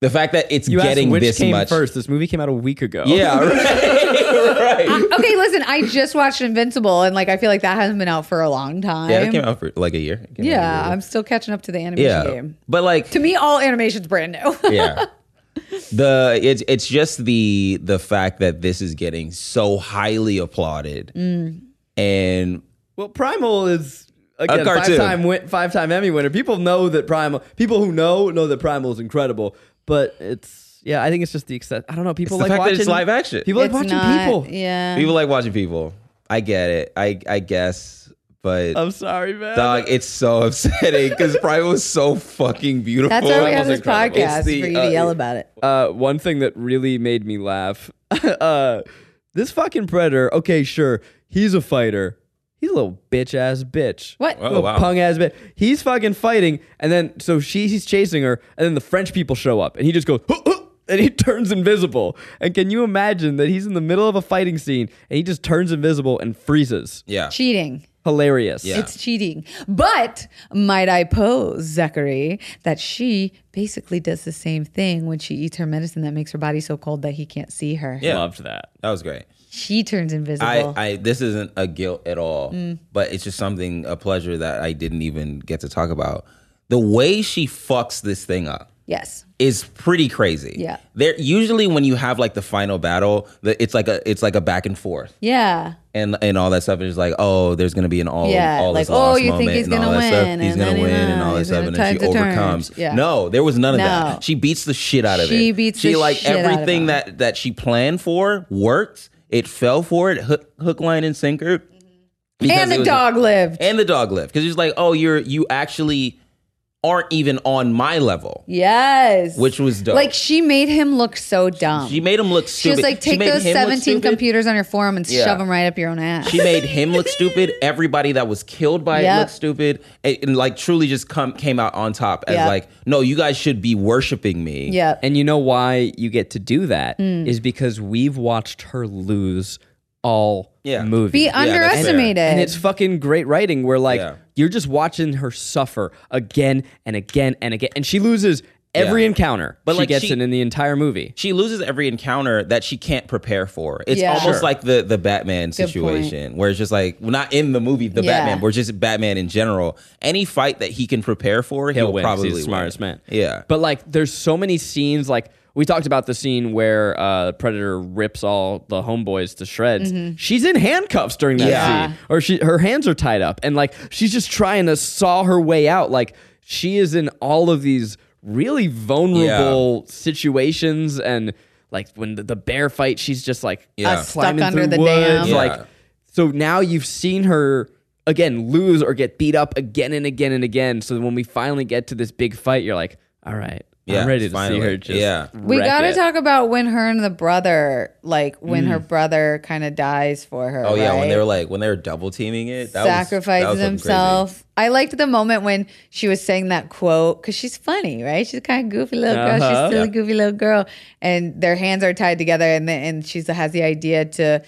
Speaker 5: the fact that it's
Speaker 3: You
Speaker 5: getting
Speaker 3: asked which
Speaker 5: this
Speaker 3: came
Speaker 5: much
Speaker 3: first. This movie came out a week ago.
Speaker 5: yeah right, right.
Speaker 4: Okay, listen. I just watched Invincible, and like I feel like that hasn't been out for a long time.
Speaker 5: yeah it came out for like a year It came out a
Speaker 4: Yeah,
Speaker 5: year.
Speaker 4: I'm still catching up to the animation
Speaker 5: yeah
Speaker 4: game.
Speaker 5: but like
Speaker 4: To me, all animation's brand new.
Speaker 5: yeah. The it's it's just the the fact that this is getting so highly applauded
Speaker 4: Mm.
Speaker 5: and
Speaker 3: Well, Primal is again
Speaker 5: cartoon.
Speaker 3: five-time win- five-time Emmy winner. People know that Primal. People who know know that Primal is incredible. But it's yeah, I think it's just the exce- I don't know. People
Speaker 5: It's the
Speaker 3: like
Speaker 5: fact that
Speaker 3: watching
Speaker 5: it's live action.
Speaker 3: People like
Speaker 4: It's
Speaker 3: watching
Speaker 4: not-
Speaker 3: people.
Speaker 4: Yeah.
Speaker 5: people like watching people. I get it. I I guess, but
Speaker 4: Oh,
Speaker 3: I'm sorry, man.
Speaker 5: dog, it's so upsetting because Primal is so fucking beautiful.
Speaker 4: That's why we have this
Speaker 5: incredible.
Speaker 4: podcast
Speaker 5: It's the,
Speaker 4: for you to
Speaker 5: uh,
Speaker 4: yell about it.
Speaker 3: Uh, one thing that really made me laugh. uh, this fucking predator. Okay, sure, he's a fighter. He's a little bitch ass bitch.
Speaker 4: What?
Speaker 5: Oh,
Speaker 3: Little
Speaker 5: wow.
Speaker 3: Punk ass bitch. He's fucking fighting, and then so she he's chasing her, and then the French people show up, and he just goes. "Huh, huh," And he turns invisible. And can you imagine that he's in the middle of a fighting scene and he just turns invisible and freezes?
Speaker 5: Yeah.
Speaker 4: Cheating.
Speaker 3: Hilarious.
Speaker 5: Yeah.
Speaker 4: It's cheating. But might I pose, Zachary, that she basically does the same thing when she eats her medicine that makes her body so cold that he can't see her.
Speaker 5: Yeah.
Speaker 3: Loved that.
Speaker 5: That was great.
Speaker 4: She turns invisible.
Speaker 5: I, I this isn't a guilt at all,
Speaker 4: Mm.
Speaker 5: but it's just something a pleasure that I didn't even get to talk about. The way she fucks this thing up
Speaker 4: yes.
Speaker 5: is pretty crazy.
Speaker 4: Yeah.
Speaker 5: There usually when you have like the final battle, the, it's like a it's like a back and forth
Speaker 4: Yeah.
Speaker 5: and and all that stuff. It's like oh, there's gonna be an all
Speaker 4: Yeah,
Speaker 5: all
Speaker 4: like,
Speaker 5: this
Speaker 4: oh,
Speaker 5: loss
Speaker 4: you think
Speaker 5: moment
Speaker 4: he's
Speaker 5: and all
Speaker 4: gonna
Speaker 5: that stuff.
Speaker 4: win,
Speaker 5: He's
Speaker 4: and
Speaker 5: gonna
Speaker 4: then
Speaker 5: win
Speaker 4: he
Speaker 5: and all
Speaker 4: won.
Speaker 5: that
Speaker 4: He's
Speaker 5: stuff,
Speaker 4: gonna
Speaker 5: and then she
Speaker 4: turn to turn.
Speaker 5: overcomes.
Speaker 4: Yeah.
Speaker 5: No, there was none of
Speaker 4: No.
Speaker 5: that. She beats the shit out of it.
Speaker 4: She beats
Speaker 5: She
Speaker 4: the
Speaker 5: like
Speaker 4: shit out of
Speaker 5: everything
Speaker 4: him.
Speaker 5: that that she planned for worked. It fell for it. Hook, hook line, and sinker. Because
Speaker 4: Mm-hmm. And
Speaker 5: it
Speaker 4: the
Speaker 5: was-
Speaker 4: dog lived.
Speaker 5: And the dog lived because he's like, oh, you're you actually aren't even on my level,
Speaker 4: Yes.
Speaker 5: which was dope.
Speaker 4: Like she made him look so dumb.
Speaker 5: she made him look
Speaker 4: She
Speaker 5: stupid.
Speaker 4: was like, take
Speaker 5: made
Speaker 4: those
Speaker 5: him look
Speaker 4: 17
Speaker 5: stupid.
Speaker 4: computers on your forearm and
Speaker 5: Yeah.
Speaker 4: shove them right up your own ass.
Speaker 5: She made him look stupid. Everybody that was killed by
Speaker 4: Yep.
Speaker 5: it looked stupid. And, and, like truly just come came out on top as
Speaker 4: Yep.
Speaker 5: like, no, you guys should be worshiping me.
Speaker 4: yep.
Speaker 3: And you know why you get to do that is because we've watched her lose all
Speaker 5: Yeah.
Speaker 3: movies.
Speaker 4: Be
Speaker 5: that's fair.
Speaker 4: underestimated.
Speaker 3: and it's fucking great writing where like
Speaker 5: Yeah.
Speaker 3: you're just watching her suffer again and again and again and she loses every
Speaker 5: Yeah.
Speaker 3: encounter but
Speaker 5: But,
Speaker 3: she
Speaker 5: like,
Speaker 3: gets
Speaker 5: she-
Speaker 3: it in the entire movie
Speaker 5: She loses every encounter that she can't prepare for. It's
Speaker 4: Yeah.
Speaker 5: almost
Speaker 4: Sure.
Speaker 5: like the the Batman
Speaker 4: point.
Speaker 5: situation where it's just like we're not in the movie the
Speaker 4: Yeah.
Speaker 5: Batman, we're just Batman in general. Any fight that he can prepare for, he'll,
Speaker 3: he'll win 'cause
Speaker 5: probably
Speaker 3: he's the smartest
Speaker 5: win.
Speaker 3: man
Speaker 5: Yeah.
Speaker 3: but like there's so many scenes like we talked about the scene where uh, Predator rips all the homeboys to shreds.
Speaker 4: Mm-hmm.
Speaker 3: She's in handcuffs during that
Speaker 5: Yeah.
Speaker 3: scene, or she her hands are tied up, and like she's just trying to saw her way out. Like she is in all of these really vulnerable situations, and like when the, the bear fight, she's just like
Speaker 5: Yeah.
Speaker 4: Us stuck
Speaker 3: climbing
Speaker 4: under
Speaker 3: through
Speaker 4: the
Speaker 3: woods,
Speaker 4: dam.
Speaker 5: Yeah.
Speaker 3: Like so now you've seen her again lose or get beat up again and again and again. So when we finally get to this big fight, you're like, all right,
Speaker 5: Yeah,
Speaker 3: I'm ready to
Speaker 5: finally.
Speaker 3: see her just
Speaker 5: Yeah.
Speaker 4: We
Speaker 3: wreck
Speaker 4: gotta
Speaker 3: it.
Speaker 4: talk about when her and the brother, like when her brother kind of dies for her.
Speaker 5: Mm. Oh yeah, when they
Speaker 4: right?
Speaker 5: were like when they were double teaming it, that was- that
Speaker 4: sacrifices
Speaker 5: was looking crazy.
Speaker 4: himself. I liked the moment when she was saying that quote because she's funny, right? She's kind of goofy little girl.
Speaker 3: Uh-huh.
Speaker 4: She's still a goofy little girl, and their hands are tied together, and the, and she has the idea to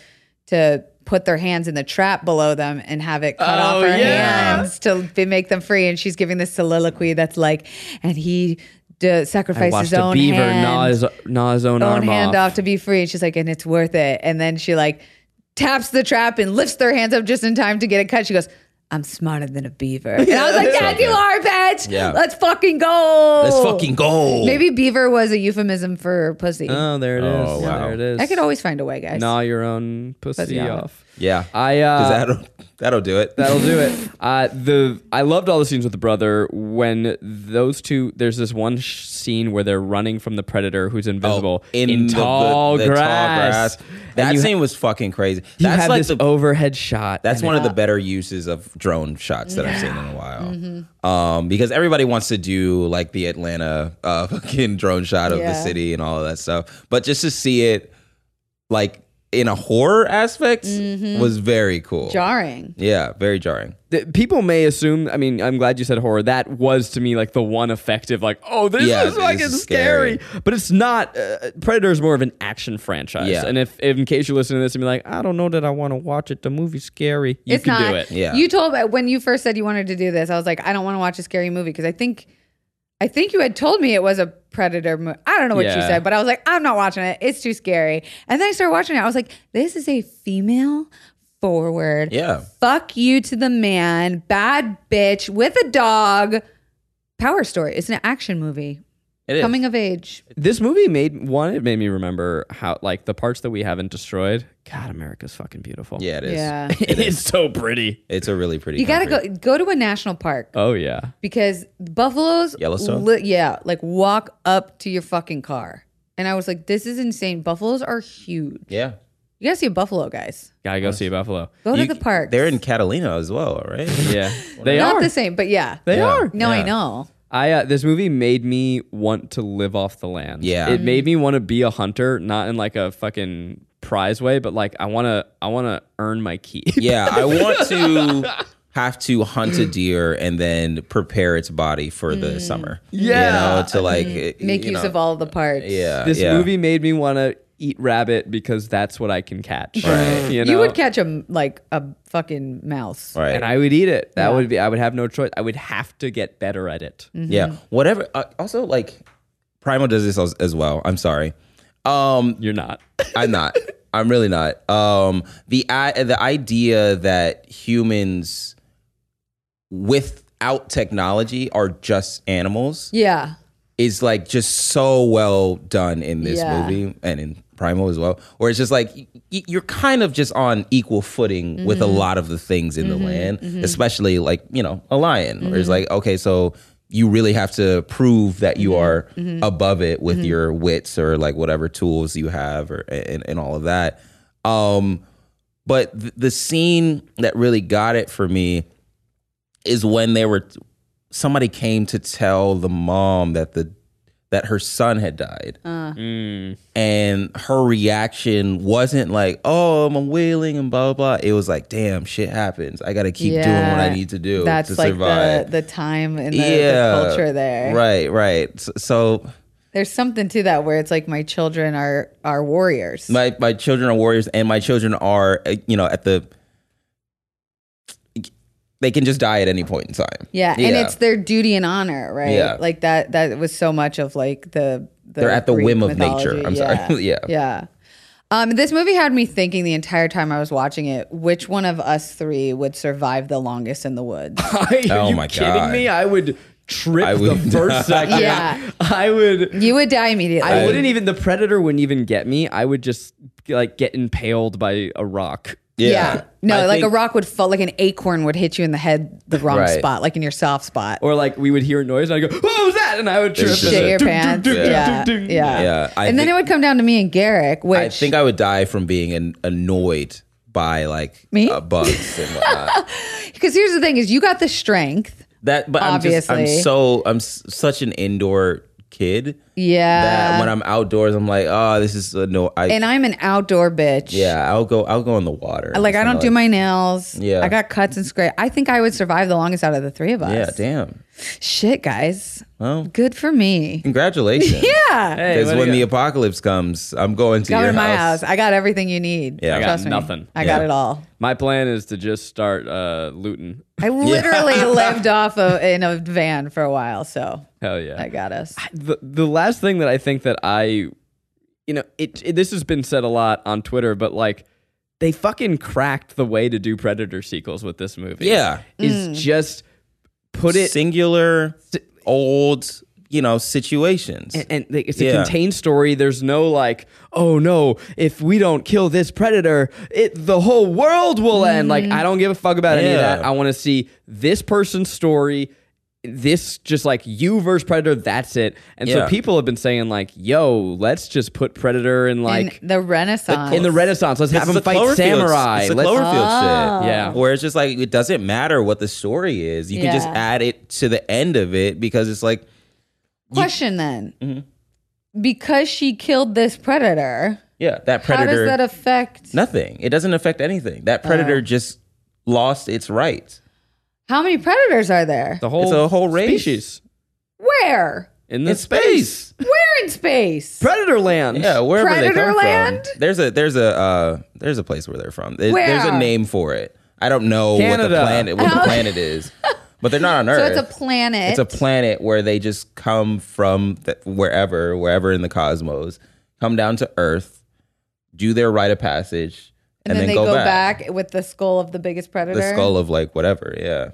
Speaker 4: to put their hands in the trap below them and have it cut off
Speaker 3: Oh,
Speaker 4: her
Speaker 3: yeah.
Speaker 4: hands to be- make them free. And she's giving this soliloquy that's like, and he. d
Speaker 3: I
Speaker 4: sacrificed
Speaker 3: watched
Speaker 4: his
Speaker 3: a
Speaker 4: own
Speaker 3: beaver
Speaker 4: hand
Speaker 3: gnaw his, gnaw his own,
Speaker 4: own
Speaker 3: arm
Speaker 4: hand
Speaker 3: off.
Speaker 4: off. to be free. And she's like, and it's worth it. And then she like taps the trap and lifts their hands up just in time to get it cut. She goes, I'm smarter than a beaver. And I was like, yeah, you are, bitch.
Speaker 5: Yeah.
Speaker 4: Let's fucking go.
Speaker 5: Let's fucking go.
Speaker 4: Maybe beaver was a euphemism for pussy.
Speaker 3: Oh, there it is.
Speaker 5: Oh, wow.
Speaker 3: There it is.
Speaker 4: I could always find a way, guys.
Speaker 3: gnaw your own pussy,
Speaker 4: Pussy off.
Speaker 3: off.
Speaker 5: Yeah.
Speaker 3: I
Speaker 5: 'Cause
Speaker 3: uh,
Speaker 5: that'll that'll do it.
Speaker 3: That'll do it. Uh, the I loved all the scenes with the brother when those two. There's this one sh- scene where they're running from the predator who's invisible in,
Speaker 5: Oh, the- the-
Speaker 3: tall,
Speaker 5: the tall
Speaker 3: grass.
Speaker 5: That
Speaker 3: and you,
Speaker 5: scene was fucking crazy.
Speaker 3: you
Speaker 5: That's
Speaker 3: have
Speaker 5: like
Speaker 3: this
Speaker 5: the
Speaker 3: overhead shot.
Speaker 5: that's
Speaker 3: and
Speaker 5: one of the better uses of drone shots that I've seen in a while.
Speaker 3: Mm-hmm.
Speaker 5: Um, because everybody wants to do like the Atlanta uh, fucking drone shot of the
Speaker 4: Yeah.
Speaker 5: city and all of that stuff, but just to see it like in a horror aspect
Speaker 3: Mm-hmm.
Speaker 5: was very cool.
Speaker 4: Jarring.
Speaker 5: yeah, very jarring.
Speaker 3: the- people may assume. I mean, I'm glad you said horror. That was to me like the one effective. Like, oh, this
Speaker 5: Yeah,
Speaker 3: is
Speaker 5: this
Speaker 3: fucking
Speaker 5: is
Speaker 3: scary.
Speaker 5: scary.
Speaker 3: But it's not. Uh, Predator is more of an action franchise.
Speaker 5: Yeah.
Speaker 3: And if, if in case you're listening to this and be like, I don't know that I want to watch it. The movie's scary. You
Speaker 4: it's
Speaker 3: can
Speaker 4: not.
Speaker 3: do it.
Speaker 5: Yeah.
Speaker 4: You told when you first said you wanted to do this, I was like, I don't want to watch a scary movie because I think, I think you had told me it was a predator movie. I don't know what you
Speaker 3: Yeah.
Speaker 4: said, but I was like, I'm not watching it. It's too scary. And then I started watching it. I was like, this is a female forward.
Speaker 5: Yeah.
Speaker 4: Fuck you to the man, bad bitch with a dog. Power story. It's an action movie.
Speaker 5: It is.
Speaker 4: Coming of age.
Speaker 3: this movie made one it made me remember how like the parts that we haven't destroyed god america's fucking beautiful
Speaker 5: yeah, it is.
Speaker 4: Yeah.
Speaker 3: it is so pretty
Speaker 5: It's a really pretty.
Speaker 4: You gotta
Speaker 5: country.
Speaker 4: go go to a national park.
Speaker 3: oh yeah
Speaker 4: because buffaloes
Speaker 5: Yellowstone?
Speaker 4: li- yeah like walk up to your fucking car and i was like this is insane buffaloes are huge
Speaker 5: Yeah.
Speaker 4: you gotta see a buffalo guys
Speaker 3: gotta go see buffalo
Speaker 4: go
Speaker 5: You-
Speaker 4: to the park
Speaker 5: They're in Catalina as well, right?
Speaker 3: yeah they
Speaker 4: not
Speaker 3: are
Speaker 4: the same but yeah
Speaker 3: they
Speaker 5: Yeah.
Speaker 3: are
Speaker 4: no i
Speaker 5: Yeah.
Speaker 4: know
Speaker 3: i uh, this movie made me want to live off the land
Speaker 5: Yeah.
Speaker 4: Mm.
Speaker 3: it made me want to be a hunter not in like a fucking prize way, but like I wanna I wanna earn my keep.
Speaker 5: Yeah, I want to have to hunt a deer and then prepare its body for the summer.
Speaker 3: Yeah.
Speaker 5: you know, to like
Speaker 4: Mm. Make use of all the parts.
Speaker 5: Yeah,
Speaker 3: this
Speaker 5: yeah.
Speaker 3: movie made me wanna eat rabbit because that's what I can catch.
Speaker 5: Right.
Speaker 3: You, know?
Speaker 4: You would catch a like a fucking mouse.
Speaker 5: Right.
Speaker 3: and I would eat it. That
Speaker 4: Yeah. Mm.
Speaker 3: would be I would have no choice. I would have to get better at it.
Speaker 4: Mm-hmm.
Speaker 5: Yeah. Whatever. Uh, also, like, Primal does this as, as well. I'm sorry. Um,
Speaker 3: You're not.
Speaker 5: I'm not. I'm really not. Um, the i- the idea that humans without technology are just animals
Speaker 4: Yeah.
Speaker 5: is like just so well done in this
Speaker 4: Yeah.
Speaker 5: movie and in Primal as well. Where it's just like y- y- you're kind of just on equal footing with a lot of the things in the land, especially like you know a lion. Where it's like okay, so you really have to prove that you are above it with your wits or like whatever tools you have or and, and all of that. Um, but th- the scene that really got it for me is when they were somebody came to tell the mom that the that her son had died
Speaker 4: Uh.
Speaker 5: and her reaction wasn't like oh i'm wailing and blah blah blah it was like damn shit happens i gotta keep doing what i
Speaker 4: Yeah.
Speaker 5: need to do
Speaker 4: That's
Speaker 5: to
Speaker 4: like
Speaker 5: survive
Speaker 4: the the time and the, the
Speaker 5: yeah
Speaker 4: culture there.
Speaker 5: right right S- so
Speaker 4: There's something to that where it's like my children are are warriors.
Speaker 5: my my children are warriors and my children are uh, you know at the they can just die at any point in time
Speaker 4: yeah, and it's their duty and honor, right?
Speaker 5: Yeah.
Speaker 4: Like that that was so much of like the, the
Speaker 5: They're at the
Speaker 4: Greek
Speaker 5: whim of nature.
Speaker 4: mythology.
Speaker 5: I'm sorry. Yeah.
Speaker 4: Yeah. Um, this movie had me thinking the entire time I was watching it, which one of us three would survive the longest in the woods?
Speaker 3: I, are
Speaker 5: Oh
Speaker 3: you
Speaker 5: my
Speaker 3: kidding
Speaker 5: God.
Speaker 3: me? I would trip
Speaker 5: I
Speaker 3: the
Speaker 5: would
Speaker 3: first
Speaker 5: die.
Speaker 3: second.
Speaker 4: Yeah.
Speaker 3: I would
Speaker 4: You would die immediately.
Speaker 3: I wouldn't even the predator wouldn't even get me. I would just like get impaled by a rock.
Speaker 4: Yeah. No,
Speaker 5: I
Speaker 4: like
Speaker 5: think-
Speaker 4: a rock would fall, like an acorn would hit you in the head, the wrong
Speaker 5: Right.
Speaker 4: spot, like in your soft spot.
Speaker 3: Or like we would hear a noise and I'd go, What was that? And I would trip
Speaker 5: There's
Speaker 3: and
Speaker 5: just
Speaker 4: Shit
Speaker 5: a-
Speaker 4: your
Speaker 3: ding, ding,
Speaker 4: pants.
Speaker 3: ding, ding,
Speaker 4: yeah.
Speaker 3: ding, ding.
Speaker 4: yeah.
Speaker 5: Yeah, I
Speaker 4: and then
Speaker 5: thi-
Speaker 4: it would come down to me and Garrick, which
Speaker 5: I think I would die from being an, annoyed by like
Speaker 4: Me?
Speaker 5: uh, bugs and whatnot.
Speaker 4: Because here's the thing: is you got the strength.
Speaker 5: that, but I'm just
Speaker 4: Obviously.
Speaker 5: I'm so I'm s- such an indoor kid.
Speaker 4: Yeah.
Speaker 5: That when I'm outdoors, I'm like, oh, this is a no. I
Speaker 4: and I'm an outdoor bitch.
Speaker 5: yeah, I'll go. I'll go in the water.
Speaker 4: Like I
Speaker 5: It's
Speaker 4: don't
Speaker 5: not
Speaker 4: do my nails.
Speaker 5: Yeah.
Speaker 4: I got cuts and scrapes. I think I would survive the longest out of the three of us.
Speaker 5: Yeah, damn.
Speaker 4: Shit, guys.
Speaker 5: Well,
Speaker 4: Good for me.
Speaker 5: congratulations.
Speaker 4: Yeah.
Speaker 3: Hey,
Speaker 5: Because
Speaker 3: what do
Speaker 5: when
Speaker 3: you
Speaker 5: the
Speaker 3: got?
Speaker 5: apocalypse comes, I'm going to
Speaker 4: Come
Speaker 5: your
Speaker 4: to my
Speaker 5: house.
Speaker 4: house. I got everything you need.
Speaker 5: Yeah. I got
Speaker 4: Trust
Speaker 3: nothing.
Speaker 4: Me. I got
Speaker 5: Yeah.
Speaker 4: it all.
Speaker 3: My plan is to just start uh looting.
Speaker 4: I literally lived off of in a van for a while, so
Speaker 3: Hell yeah.
Speaker 4: I got us.
Speaker 3: the the last thing that I think that I, you know, it, it- this has been said a lot on Twitter, but like they fucking cracked the way to do Predator sequels with this movie.
Speaker 5: Yeah.
Speaker 3: is
Speaker 4: Mm.
Speaker 3: just put it
Speaker 5: Singular, old, you know, situations.
Speaker 3: and like, it's a
Speaker 5: Yeah.
Speaker 3: contained story. There's no like, oh no, if we don't kill this predator, it the whole world will end. Like I don't give a fuck about any of
Speaker 5: Yeah.
Speaker 3: that. I want to see this person's story. This just like you versus predator. That's it. And so
Speaker 5: Yeah.
Speaker 3: people have been saying like, yo, let's just put predator in like
Speaker 4: in the Renaissance.
Speaker 3: in the Renaissance. Let's have
Speaker 5: It's
Speaker 3: him
Speaker 5: the
Speaker 3: fight
Speaker 5: Cloverfield-
Speaker 3: samurai.
Speaker 5: It's the
Speaker 3: Let's- Oh.
Speaker 5: Cloverfield shit.
Speaker 3: Yeah.
Speaker 5: Where it's just like it doesn't matter what the story is. You can just
Speaker 4: Yeah.
Speaker 5: add it to the end of it because it's like
Speaker 4: Question then.
Speaker 5: Mm-hmm.
Speaker 4: Because she killed this predator,
Speaker 5: yeah, that
Speaker 4: how
Speaker 5: predator
Speaker 4: does that Oh. affect
Speaker 5: nothing. It doesn't affect anything. That predator just lost its rights.
Speaker 4: how many predators are there?
Speaker 3: the whole
Speaker 5: It's a whole race.
Speaker 3: species
Speaker 4: Where?
Speaker 3: in the
Speaker 5: It's space.
Speaker 4: Where in space?
Speaker 3: predator land.
Speaker 5: Yeah, wherever they
Speaker 4: Predator
Speaker 5: come
Speaker 4: land?
Speaker 5: from. There's a there's a uh, there's a place where they're from. There- There's
Speaker 4: Where? Oh.
Speaker 5: a name for it. I don't know what
Speaker 3: Canada.
Speaker 5: the planet what the planet is. But they're not on
Speaker 4: So
Speaker 5: Earth.
Speaker 4: it's a planet.
Speaker 5: It's a planet where they just come from th- wherever, wherever in the cosmos, come down to Earth, do their rite of passage,
Speaker 4: and,
Speaker 5: and,
Speaker 4: then, they
Speaker 5: go, back.
Speaker 4: back. with the skull of the biggest predator.
Speaker 5: The skull of like whatever, yeah.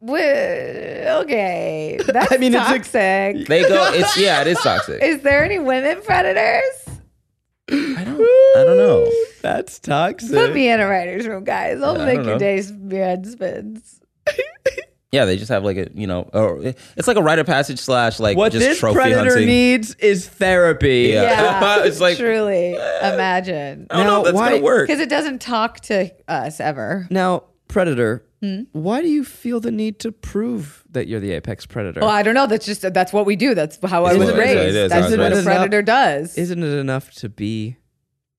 Speaker 4: Wh- okay, that's
Speaker 3: I mean, it's a-
Speaker 4: toxic.
Speaker 5: They go. It's yeah. It is toxic.
Speaker 4: Is there any women predators?
Speaker 5: I don't. I don't know.
Speaker 3: That's toxic.
Speaker 4: Put me in a writer's room, guys. I'll
Speaker 5: I
Speaker 4: make
Speaker 5: don't
Speaker 4: your
Speaker 5: know.
Speaker 4: day's head spins.
Speaker 5: Yeah, they just have like a you know. Or, it's like a rite of passage slash like
Speaker 3: what
Speaker 5: just
Speaker 3: this
Speaker 5: trophy
Speaker 3: predator
Speaker 5: hunting.
Speaker 3: needs is therapy.
Speaker 5: Yeah.
Speaker 4: Yeah,
Speaker 5: It's like-
Speaker 4: truly imagine
Speaker 5: I don't know if that's
Speaker 3: Now,
Speaker 5: gonna
Speaker 3: why-
Speaker 5: work.
Speaker 4: because it doesn't talk to us ever.
Speaker 3: Now, Predator, why do you feel the need to prove that you're the apex predator?
Speaker 4: Well, I don't know. That's just that's what we do. That's how I
Speaker 3: Isn't
Speaker 4: was
Speaker 3: it-
Speaker 4: raised.
Speaker 5: it is how
Speaker 4: that's
Speaker 5: it's
Speaker 4: what a
Speaker 3: raised.
Speaker 4: predator does.
Speaker 3: Isn't it enough to be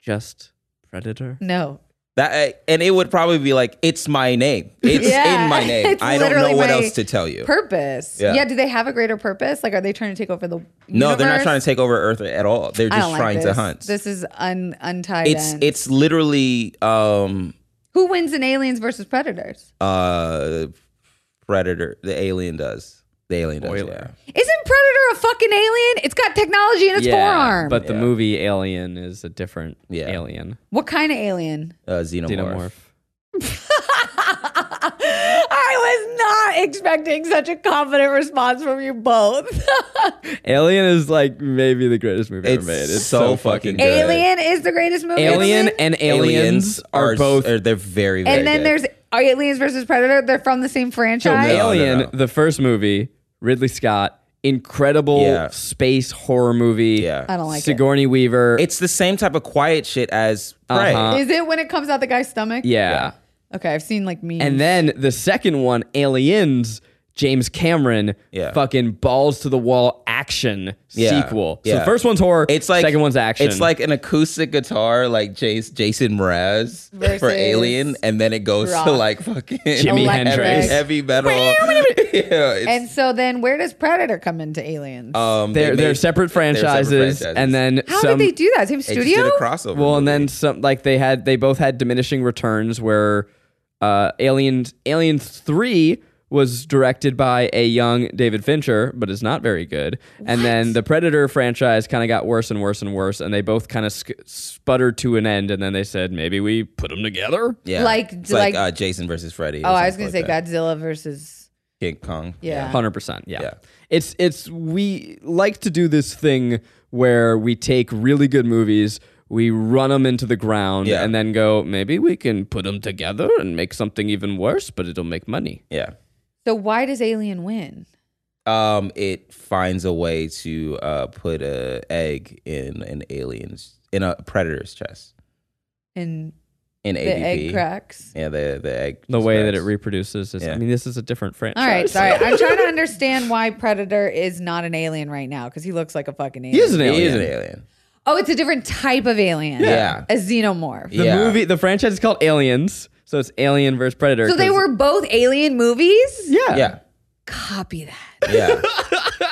Speaker 3: just predator.
Speaker 4: No.
Speaker 5: That and it would probably be like it's my name. It's in my name.
Speaker 4: It's
Speaker 5: I don't know
Speaker 4: literally
Speaker 5: what
Speaker 4: my
Speaker 5: else to tell you.
Speaker 4: Purpose.
Speaker 5: Yeah.
Speaker 4: Yeah. Do they have a greater purpose? Like, are they trying to take over the?
Speaker 5: no, they're not
Speaker 4: universe?
Speaker 5: trying to take over Earth at all. They're
Speaker 4: I
Speaker 5: just
Speaker 4: don't like
Speaker 5: trying to
Speaker 4: this.
Speaker 5: hunt.
Speaker 4: This is un, untied.
Speaker 5: it's
Speaker 4: ends.
Speaker 5: it's literally um
Speaker 4: who wins in Aliens versus Predators?
Speaker 5: uh predator the alien does. The alien does. Yeah.
Speaker 3: Spoiler.
Speaker 4: Isn't Predator a fucking alien? It's got technology in its forearm.
Speaker 3: But the movie Alien is a different
Speaker 5: Yeah.
Speaker 3: alien.
Speaker 4: what kind of alien?
Speaker 5: Uh, xenomorph.
Speaker 3: Xenomorph.
Speaker 4: I was not expecting such a confident response from you both.
Speaker 3: Alien is like maybe the greatest movie
Speaker 5: It's
Speaker 3: ever made. It's
Speaker 5: so
Speaker 3: so,
Speaker 5: fucking
Speaker 3: fucking
Speaker 5: good.
Speaker 3: good.
Speaker 4: Alien is the greatest movie. ever
Speaker 3: Alien
Speaker 4: made?
Speaker 3: and aliens, are,
Speaker 5: s-
Speaker 3: both.
Speaker 5: are- they're very very
Speaker 4: and then
Speaker 5: good.
Speaker 4: there's Aliens versus Predator. They're from the same franchise.
Speaker 5: no.
Speaker 3: Alien,
Speaker 5: no.
Speaker 3: the first movie, Ridley Scott, incredible
Speaker 5: Yeah.
Speaker 3: space horror movie.
Speaker 5: Yeah.
Speaker 4: I don't like it.
Speaker 3: Sigourney Weaver.
Speaker 5: it's the same type of quiet shit as Prey.
Speaker 3: Uh-huh.
Speaker 4: Is it when it comes out the guy's stomach?
Speaker 3: yeah.
Speaker 4: Okay, I've seen like me.
Speaker 3: And then the second one, Aliens, James Cameron,
Speaker 5: Yeah.
Speaker 3: fucking balls to the wall action
Speaker 5: Yeah.
Speaker 3: sequel. So
Speaker 5: Yeah.
Speaker 3: the first one's horror.
Speaker 5: It's like
Speaker 3: second one's action.
Speaker 5: It's like an acoustic guitar, like Jace, Jason Mraz for
Speaker 4: Versus
Speaker 5: Alien, and then it goes
Speaker 4: rock.
Speaker 5: to like fucking
Speaker 3: Jimi
Speaker 5: heavy-
Speaker 3: Hendrix.
Speaker 5: heavy metal. yeah, it's-
Speaker 4: and so then where does Predator come into Aliens?
Speaker 5: um,
Speaker 3: they're,
Speaker 5: they
Speaker 3: they're
Speaker 5: made-
Speaker 3: separate
Speaker 5: they're separate
Speaker 3: franchises, and then
Speaker 4: How
Speaker 3: some,
Speaker 4: did they do that? Same
Speaker 5: they just did
Speaker 4: studio?
Speaker 5: a crossover.
Speaker 3: Well, and
Speaker 5: movie.
Speaker 3: then some like they had they both had diminishing returns where uh Alien Alien 3 was directed by a young David Fincher, but is not very good. And then the Predator franchise kind of got worse and worse and worse, and they both kind of sc- sputtered to an end. And then they said, maybe we put them together.
Speaker 5: yeah,
Speaker 4: like-
Speaker 5: It's like,
Speaker 4: like-
Speaker 5: uh, Jason versus Freddy. or
Speaker 4: oh, I was
Speaker 5: something
Speaker 4: gonna say
Speaker 5: like that.
Speaker 4: Godzilla versus
Speaker 5: King Kong.
Speaker 4: yeah.
Speaker 3: Hundred percent. Yeah.
Speaker 5: Yeah.
Speaker 3: It's it's we like to do this thing where we take really good movies, we run them into the ground,
Speaker 5: Yeah.
Speaker 3: and then go maybe we can put them together and make something even worse, but it'll make money.
Speaker 5: yeah.
Speaker 4: So why does Alien win?
Speaker 5: Um, it finds a way to uh, put a egg in an alien's in a predator's chest
Speaker 4: And
Speaker 5: in
Speaker 4: the
Speaker 5: AVP.
Speaker 4: egg cracks.
Speaker 5: Yeah, the the egg.
Speaker 3: The way that it
Speaker 5: cracks.
Speaker 3: reproduces is,
Speaker 5: Yeah.
Speaker 3: I mean, this is a different franchise.
Speaker 4: All right, sorry. I'm trying to understand why Predator is not an alien right now because he looks like a fucking alien.
Speaker 3: He is an alien.
Speaker 5: He is an alien.
Speaker 4: Oh, it's a different type of alien.
Speaker 5: Yeah.
Speaker 4: A xenomorph.
Speaker 3: The
Speaker 5: Yeah.
Speaker 3: movie, the franchise is called Aliens, so it's Alien versus Predator.
Speaker 4: So they
Speaker 3: 'cause-
Speaker 4: were both alien movies?
Speaker 3: yeah,
Speaker 5: Yeah.
Speaker 4: Copy that.
Speaker 5: Yeah.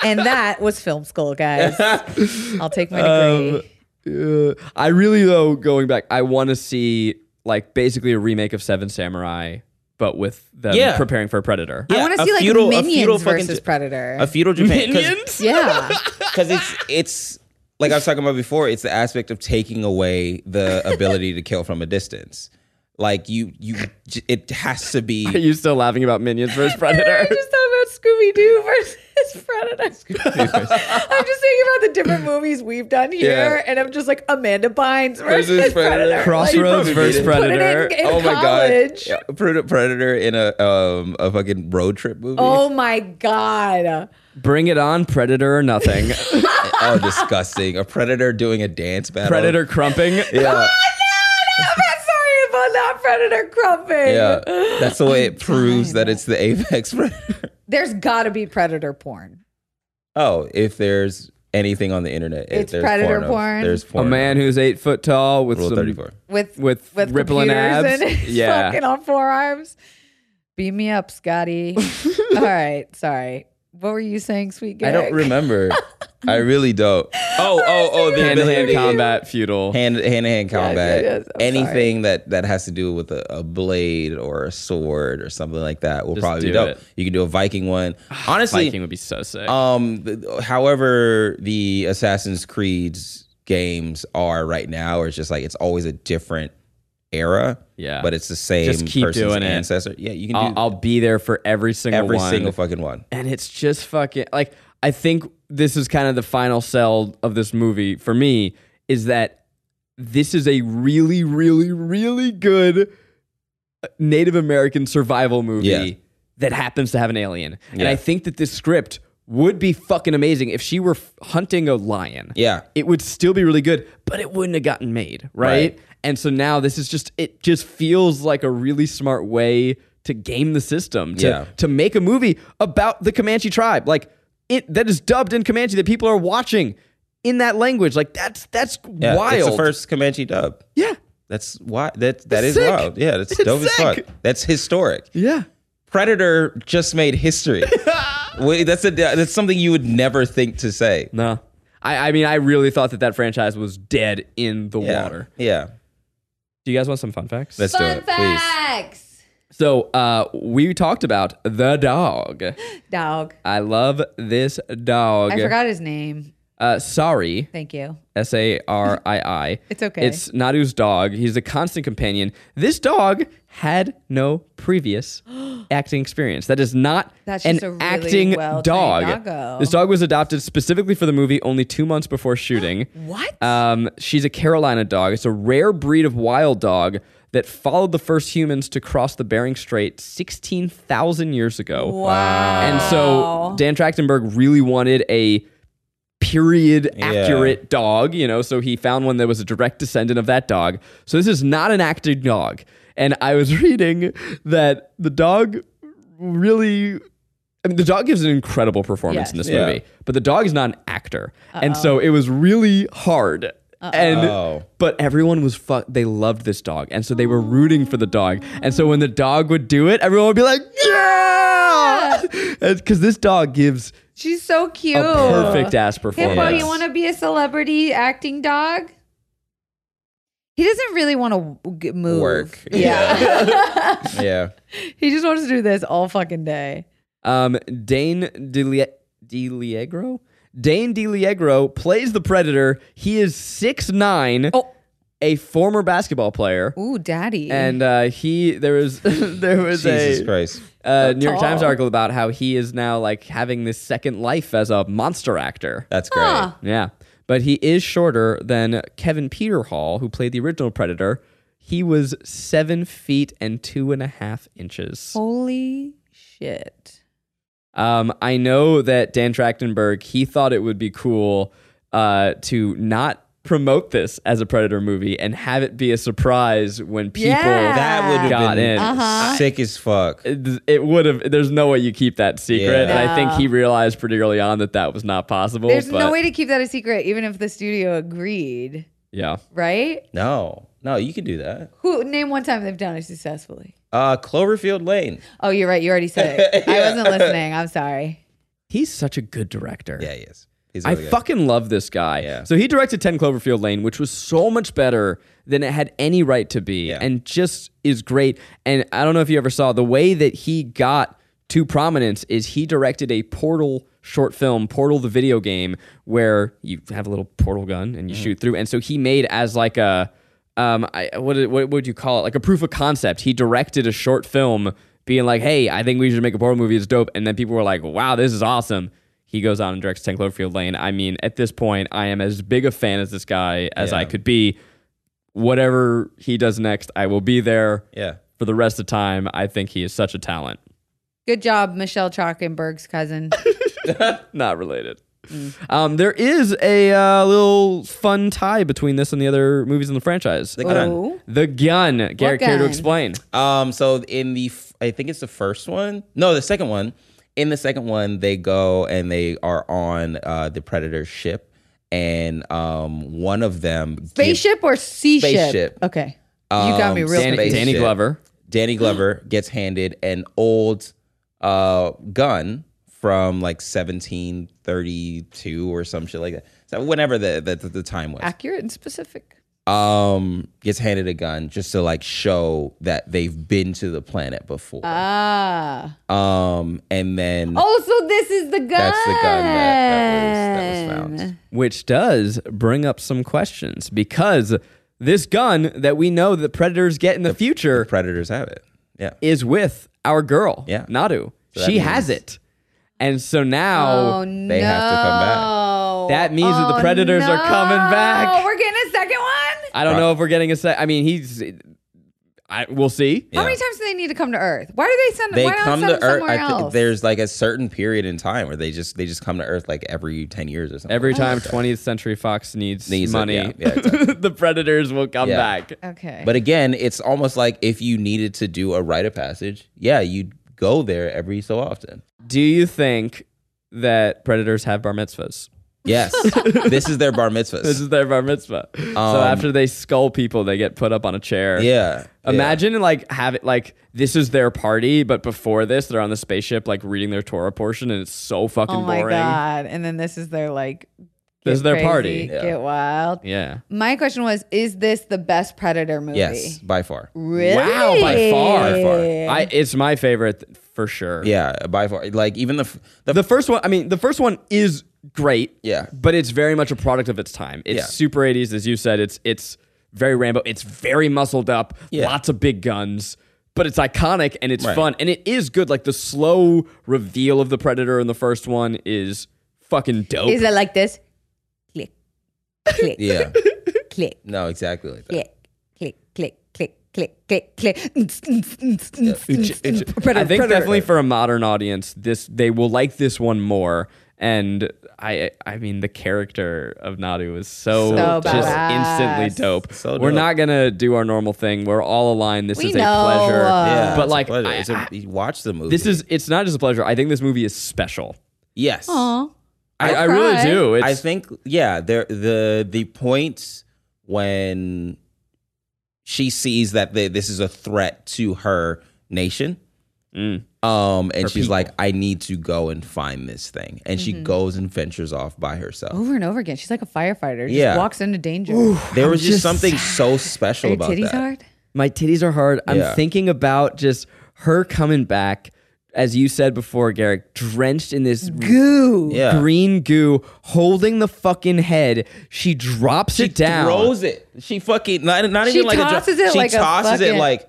Speaker 4: And that was Film School, guys. I'll take my degree.
Speaker 5: Um,
Speaker 3: Uh, I really though going back, I want to see like basically a remake of Seven Samurai, but with them
Speaker 5: Yeah.
Speaker 3: preparing for a predator.
Speaker 4: I want
Speaker 5: Yeah,
Speaker 4: to
Speaker 5: a
Speaker 4: see like
Speaker 5: feudal- a feudal
Speaker 4: Minions
Speaker 5: fucking
Speaker 4: versus
Speaker 5: j-
Speaker 4: Predator.
Speaker 5: a feudal Japan.
Speaker 3: Minions?
Speaker 4: yeah.
Speaker 5: Because it's it's like I was talking about before. It's the aspect of taking away the ability to kill from a distance. Like you you, j- it has to
Speaker 3: Are
Speaker 5: be.
Speaker 3: you still laughing about Minions versus
Speaker 4: I
Speaker 3: Predator?
Speaker 4: just thought about Scooby Doo versus Predator. I'm just thinking about the different movies we've done here,
Speaker 5: Yeah.
Speaker 4: and I'm just like Amanda Bynes versus,
Speaker 5: Versus Predator.
Speaker 4: Predator. Like,
Speaker 3: Crossroads
Speaker 5: Like,
Speaker 3: versus
Speaker 5: put
Speaker 4: put it in-
Speaker 3: Predator.
Speaker 4: in
Speaker 5: oh my
Speaker 4: college.
Speaker 5: god! Yeah, Pred- Predator in a um a fucking road trip movie.
Speaker 4: Oh my god.
Speaker 3: Bring it on, Predator or nothing.
Speaker 5: Oh, disgusting! A predator doing a dance battle.
Speaker 3: predator crumping.
Speaker 5: Yeah,
Speaker 4: Oh, I'm sorry about that Predator crumping.
Speaker 5: yeah. That's the way it proves that it's the apex predator.
Speaker 4: There's gotta be Predator porn.
Speaker 5: Oh, if there's anything on the internet, if
Speaker 4: It's
Speaker 5: there's
Speaker 4: predator
Speaker 5: of-
Speaker 4: porn.
Speaker 5: there's
Speaker 3: A
Speaker 5: porn.
Speaker 3: man who's eight foot tall with
Speaker 5: rule
Speaker 3: some
Speaker 5: thirty four.
Speaker 4: With
Speaker 3: with,
Speaker 4: with
Speaker 3: rippling
Speaker 4: computers
Speaker 3: abs.
Speaker 4: and his
Speaker 3: yeah.
Speaker 4: fucking on forearms. Beam me up, Scotty. All right, sorry. What were you saying, sweet guy?
Speaker 5: I don't remember. I really don't. Oh, oh, oh, the
Speaker 3: Hand to hand
Speaker 5: ability-
Speaker 3: combat, feudal.
Speaker 5: Hand hand to hand combat.
Speaker 4: yes, I'm
Speaker 5: Anything that that has to do with a, a blade or a sword or something like that will probably be
Speaker 3: do
Speaker 5: dope.
Speaker 3: it.
Speaker 5: You can do a Viking one. Honestly,
Speaker 3: Viking would be so sick.
Speaker 5: um, th- however, the Assassin's Creed's games are right now, it's just like it's always a different era.
Speaker 3: Yeah.
Speaker 5: but it's the same
Speaker 3: Just keep
Speaker 5: person's
Speaker 3: doing it.
Speaker 5: ancestor. Yeah, you can
Speaker 3: I'll,
Speaker 5: do
Speaker 3: I'll be there for every single
Speaker 5: every
Speaker 3: one.
Speaker 5: single fucking one.
Speaker 3: and it's just fucking like I think this is kind of the final sell of this movie for me is that this is a really really really good uh, Native American survival movie
Speaker 5: Yeah.
Speaker 3: that happens to have an alien. And
Speaker 5: Yeah.
Speaker 3: I think that this script would be fucking amazing if she were f- hunting a lion.
Speaker 5: Yeah.
Speaker 3: It would still be really good, but it wouldn't have gotten made, right?
Speaker 5: Right.
Speaker 3: And so now this is just it just feels like a really smart way to game the system to
Speaker 5: Yeah.
Speaker 3: to make a movie about the Comanche tribe. Like it that is dubbed in Comanche that people are watching in that language. Like that's that's
Speaker 5: Yeah,
Speaker 3: wild.
Speaker 5: It's the first Comanche dub.
Speaker 3: yeah.
Speaker 5: That's why that that is
Speaker 3: sick.
Speaker 5: wild. Yeah, that's
Speaker 3: It's
Speaker 5: dope as
Speaker 3: sick.
Speaker 5: fuck. That's historic.
Speaker 3: Yeah.
Speaker 5: Predator just made history. Wait, that's a that's something you would never think to say.
Speaker 3: No. I, I mean, I really thought that that franchise was dead in the
Speaker 5: Yeah.
Speaker 3: water.
Speaker 5: Yeah.
Speaker 3: Do you guys want some fun facts?
Speaker 5: Let's do
Speaker 4: Fun
Speaker 5: it, please.
Speaker 4: facts.
Speaker 3: so, uh, we talked about the dog.
Speaker 4: Dog.
Speaker 3: I love this dog.
Speaker 4: I forgot his name.
Speaker 3: Uh, sorry.
Speaker 4: Thank you.
Speaker 3: S A R I I.
Speaker 4: It's okay.
Speaker 3: It's Nadu's dog. He's a constant companion. This dog had no previous acting experience. That is not
Speaker 4: That's
Speaker 3: an
Speaker 4: just a really
Speaker 3: acting
Speaker 4: well-trained
Speaker 3: dog.
Speaker 4: doggo.
Speaker 3: This dog was adopted specifically for the movie only two months before shooting.
Speaker 4: What?
Speaker 3: Um, she's a Carolina dog. It's a rare breed of wild dog that followed the first humans to cross the Bering Strait 16,000 years ago.
Speaker 4: Wow.
Speaker 3: And so Dan Trachtenberg really wanted a period accurate dog, you know, so he found one that was a direct descendant of that dog. So this is not an acting dog. And I was reading that the dog really I mean, the dog gives an incredible performance in
Speaker 4: Yes.
Speaker 3: this
Speaker 5: Yeah.
Speaker 3: movie, but the dog is not an actor. And so it was really hard. And
Speaker 5: Uh-oh.
Speaker 3: but everyone was fu- they loved this dog. And so they were rooting for the dog. And so when the dog would do it, everyone would be like, "Yeah!" Cuz this dog gives
Speaker 4: She's so cute.
Speaker 3: a perfect ass performance.
Speaker 4: Hippo,
Speaker 5: Yes.
Speaker 4: you want to be a celebrity acting dog? He doesn't really want to move.
Speaker 5: Work.
Speaker 4: Yeah.
Speaker 5: Yeah.
Speaker 4: he just wants to do this all fucking day.
Speaker 3: Um, Dane DeLie- DeLiegro? Dane DeLiegro plays the Predator. He is 6'9,
Speaker 4: Oh.
Speaker 3: a former basketball player.
Speaker 4: Ooh, daddy.
Speaker 3: And uh, he, there was, there was
Speaker 5: Jesus
Speaker 3: a
Speaker 5: Christ.
Speaker 3: uh, New York Times
Speaker 4: Tall.
Speaker 3: article about how he is now like having this second life as a monster actor.
Speaker 5: That's great.
Speaker 4: Huh.
Speaker 3: Yeah. But he is shorter than Kevin Peter Hall, who played the original Predator. He was seven feet and two and a half inches.
Speaker 4: Oh. holy shit.
Speaker 3: Um, I know that Dan Trachtenberg he thought it would be cool uh, to not promote this as a Predator movie and have it be a surprise when people.
Speaker 4: Yeah.
Speaker 5: That would
Speaker 3: Got
Speaker 5: have been
Speaker 3: in. Uh-huh.
Speaker 5: sick as fuck.
Speaker 3: It, it would have. There's no way you keep that secret,
Speaker 5: Yeah.
Speaker 3: and I think
Speaker 4: No.
Speaker 3: he realized pretty early on that that was not possible.
Speaker 4: There's
Speaker 3: but,
Speaker 4: no way to keep that a secret, even if the studio agreed,
Speaker 3: Yeah.
Speaker 4: right?
Speaker 5: No, no, you can do that.
Speaker 4: Who name one time they've done it successfully?
Speaker 5: Uh, Cloverfield Lane.
Speaker 4: Oh, you're right. You already said it. I wasn't listening. I'm sorry.
Speaker 3: He's such a good director.
Speaker 5: Yeah, he is. He's
Speaker 3: I
Speaker 5: really good.
Speaker 3: fucking love this guy.
Speaker 5: Yeah.
Speaker 3: So he directed 10 Cloverfield Lane, which was so much better than it had any right to be
Speaker 5: Yeah.
Speaker 3: and just is great. And I don't know if you ever saw the way that he got to prominence is he directed a Portal short film, Portal the video game, where you have a little portal gun and you
Speaker 5: Mm-hmm.
Speaker 3: shoot through. And so he made as like a um I what what would you call it? Like a proof of concept. He directed a short film being like, "Hey, I think we should make a portal movie. It's dope." And then people were like, "Wow, this is awesome." he goes on and directs 10 Cloverfield Lane. I mean, at this point, I am as big a fan as this guy as I could be. Whatever he does next, I will be there
Speaker 5: Yeah.
Speaker 3: for the rest of time. I think he is such a talent.
Speaker 4: Good job, Michelle Trachtenberg's cousin.
Speaker 3: Not related. Um, there is a uh, little fun tie between this and the other movies in the franchise. The
Speaker 5: gun.
Speaker 4: Ooh.
Speaker 3: The gun. Garrett, care to
Speaker 4: gun?
Speaker 3: explain?
Speaker 5: Um, so in the, f- I think it's the first one. No, the second one. In the second one, they go and they are on uh, the Predator ship, and um, one of them gives-
Speaker 4: Spaceship or sea ship?
Speaker 5: Spaceship.
Speaker 4: Okay. you got me
Speaker 5: Um,
Speaker 4: real
Speaker 3: Danny,
Speaker 5: Danny-
Speaker 3: Danny
Speaker 4: confused.
Speaker 5: Spaceship.
Speaker 3: Glover.
Speaker 5: Danny Glover gets handed an old uh, gun from like 1732 or some shit like that. So whenever the the, the time was.
Speaker 4: Accurate and specific.
Speaker 5: um gets handed a gun just to like show that they've been to the planet before
Speaker 3: Uh,
Speaker 4: Ah.
Speaker 5: um and then
Speaker 4: Oh, so this is the gun.
Speaker 5: that's the gun that, that, was, that was found
Speaker 3: which does bring up some questions because this gun that we know that predators get in the future
Speaker 5: predators have it yeah
Speaker 3: is with our girl,
Speaker 5: Yeah.
Speaker 3: Nadu.
Speaker 5: that
Speaker 3: she
Speaker 5: means-
Speaker 3: has it. And so now
Speaker 4: Oh no!
Speaker 5: They have to come back.
Speaker 3: that means that the
Speaker 4: Oh,
Speaker 3: predators are coming
Speaker 4: no.
Speaker 3: back.
Speaker 4: We're getting a second one.
Speaker 3: I don't know if we're getting a sec. I mean, he's. I we'll see.
Speaker 4: How many times do they need to come to Earth? Why do they send?
Speaker 5: they
Speaker 4: why don't
Speaker 5: come
Speaker 4: send
Speaker 5: to
Speaker 4: them
Speaker 5: earth
Speaker 4: somewhere
Speaker 5: I think
Speaker 4: else?
Speaker 5: there's like a certain period in time where they just they just come to earth like every 10 years or something
Speaker 3: Every
Speaker 5: like
Speaker 3: time
Speaker 5: that.
Speaker 3: 20th Century Fox needs,
Speaker 5: Needs it,
Speaker 3: money,
Speaker 5: yeah, yeah, exactly.
Speaker 3: the predators will come
Speaker 5: Yeah.
Speaker 3: back.
Speaker 4: okay.
Speaker 5: but again it's almost like if you needed to do a rite of passage yeah you'd go there every so often
Speaker 3: Do you think that predators have bar mitzvahs?
Speaker 5: Yes, this is their bar mitzvahs.
Speaker 3: This is their bar mitzvah. so after they skull people, they get put up on a chair.
Speaker 5: Um, yeah,
Speaker 3: Imagine like have it like this is their party, but before this they're on the spaceship like reading their Torah portion, and it's so fucking
Speaker 4: Oh my
Speaker 3: boring.
Speaker 4: god! And then this is their like.
Speaker 3: This
Speaker 4: get
Speaker 3: is their
Speaker 4: crazy,
Speaker 3: party.
Speaker 5: Yeah.
Speaker 4: Get wild.
Speaker 3: Yeah.
Speaker 4: My question was: Is this the best Predator movie?
Speaker 5: Yeah. Yes, by far.
Speaker 4: Really?
Speaker 3: Wow, by far.
Speaker 5: By far.
Speaker 3: I it's my favorite th- for sure.
Speaker 5: Yeah, by far. Like even the f- the,
Speaker 3: The first one, I mean, the first one is great.
Speaker 5: Yeah.
Speaker 3: But it's very much a product of its time. It's
Speaker 5: Yeah.
Speaker 3: super 80s, as you said. It's it's very Rambo. It's very muscled up.
Speaker 5: Yeah.
Speaker 3: Lots of big guns. But it's iconic and it's
Speaker 5: Right.
Speaker 3: fun and it is good. Like the slow reveal of the predator in the first one is fucking dope.
Speaker 4: Is it like this? Click, click,
Speaker 5: yeah.
Speaker 4: click,
Speaker 5: No, exactly like that.
Speaker 4: click, click, click, click, click, click, click.
Speaker 3: I
Speaker 4: Predator,
Speaker 3: think
Speaker 4: predator.
Speaker 3: definitely for a modern audience, this they will like this one more. And I, I mean, the character of Nadu is so,
Speaker 4: So
Speaker 3: just
Speaker 4: badass.
Speaker 3: instantly dope.
Speaker 5: So
Speaker 3: We're
Speaker 5: dope.
Speaker 3: not gonna do our normal thing. We're all aligned. This
Speaker 4: We
Speaker 3: is
Speaker 4: know.
Speaker 3: a pleasure.
Speaker 5: Yeah,
Speaker 3: but
Speaker 5: it's a
Speaker 3: like,
Speaker 5: pleasure.
Speaker 3: I-
Speaker 5: It's a-
Speaker 3: I-
Speaker 5: you watch the movie.
Speaker 3: this is it's not just a pleasure. I think this movie is special.
Speaker 5: yes.
Speaker 4: Aw.
Speaker 3: I, I
Speaker 4: I'll
Speaker 3: really
Speaker 4: cry.
Speaker 3: do. It's,
Speaker 5: I think yeah, there the the points when she sees that the, this is a threat to her nation.
Speaker 3: Mm.
Speaker 5: Um, and she's like, I need to go and find this thing, and
Speaker 4: Mm-hmm.
Speaker 5: she goes and ventures off by herself.
Speaker 4: Over and over again, she's like a firefighter. Just
Speaker 5: Yeah.
Speaker 4: walks into danger.
Speaker 5: There was just, something so special
Speaker 4: Are your
Speaker 5: about
Speaker 4: titties
Speaker 5: that.
Speaker 4: hard?
Speaker 3: my titties are hard. I'm
Speaker 5: Yeah.
Speaker 3: thinking about just her coming back, as you said before, Garrick, drenched in this
Speaker 4: Goo.
Speaker 5: Yeah.
Speaker 3: green goo, holding the fucking head. She drops
Speaker 5: She
Speaker 3: it down.
Speaker 5: throws it. She fucking not, not
Speaker 4: She
Speaker 5: even like
Speaker 4: tosses
Speaker 5: a dro-
Speaker 4: it
Speaker 5: She
Speaker 4: like a
Speaker 5: tosses it
Speaker 4: fucking-
Speaker 5: like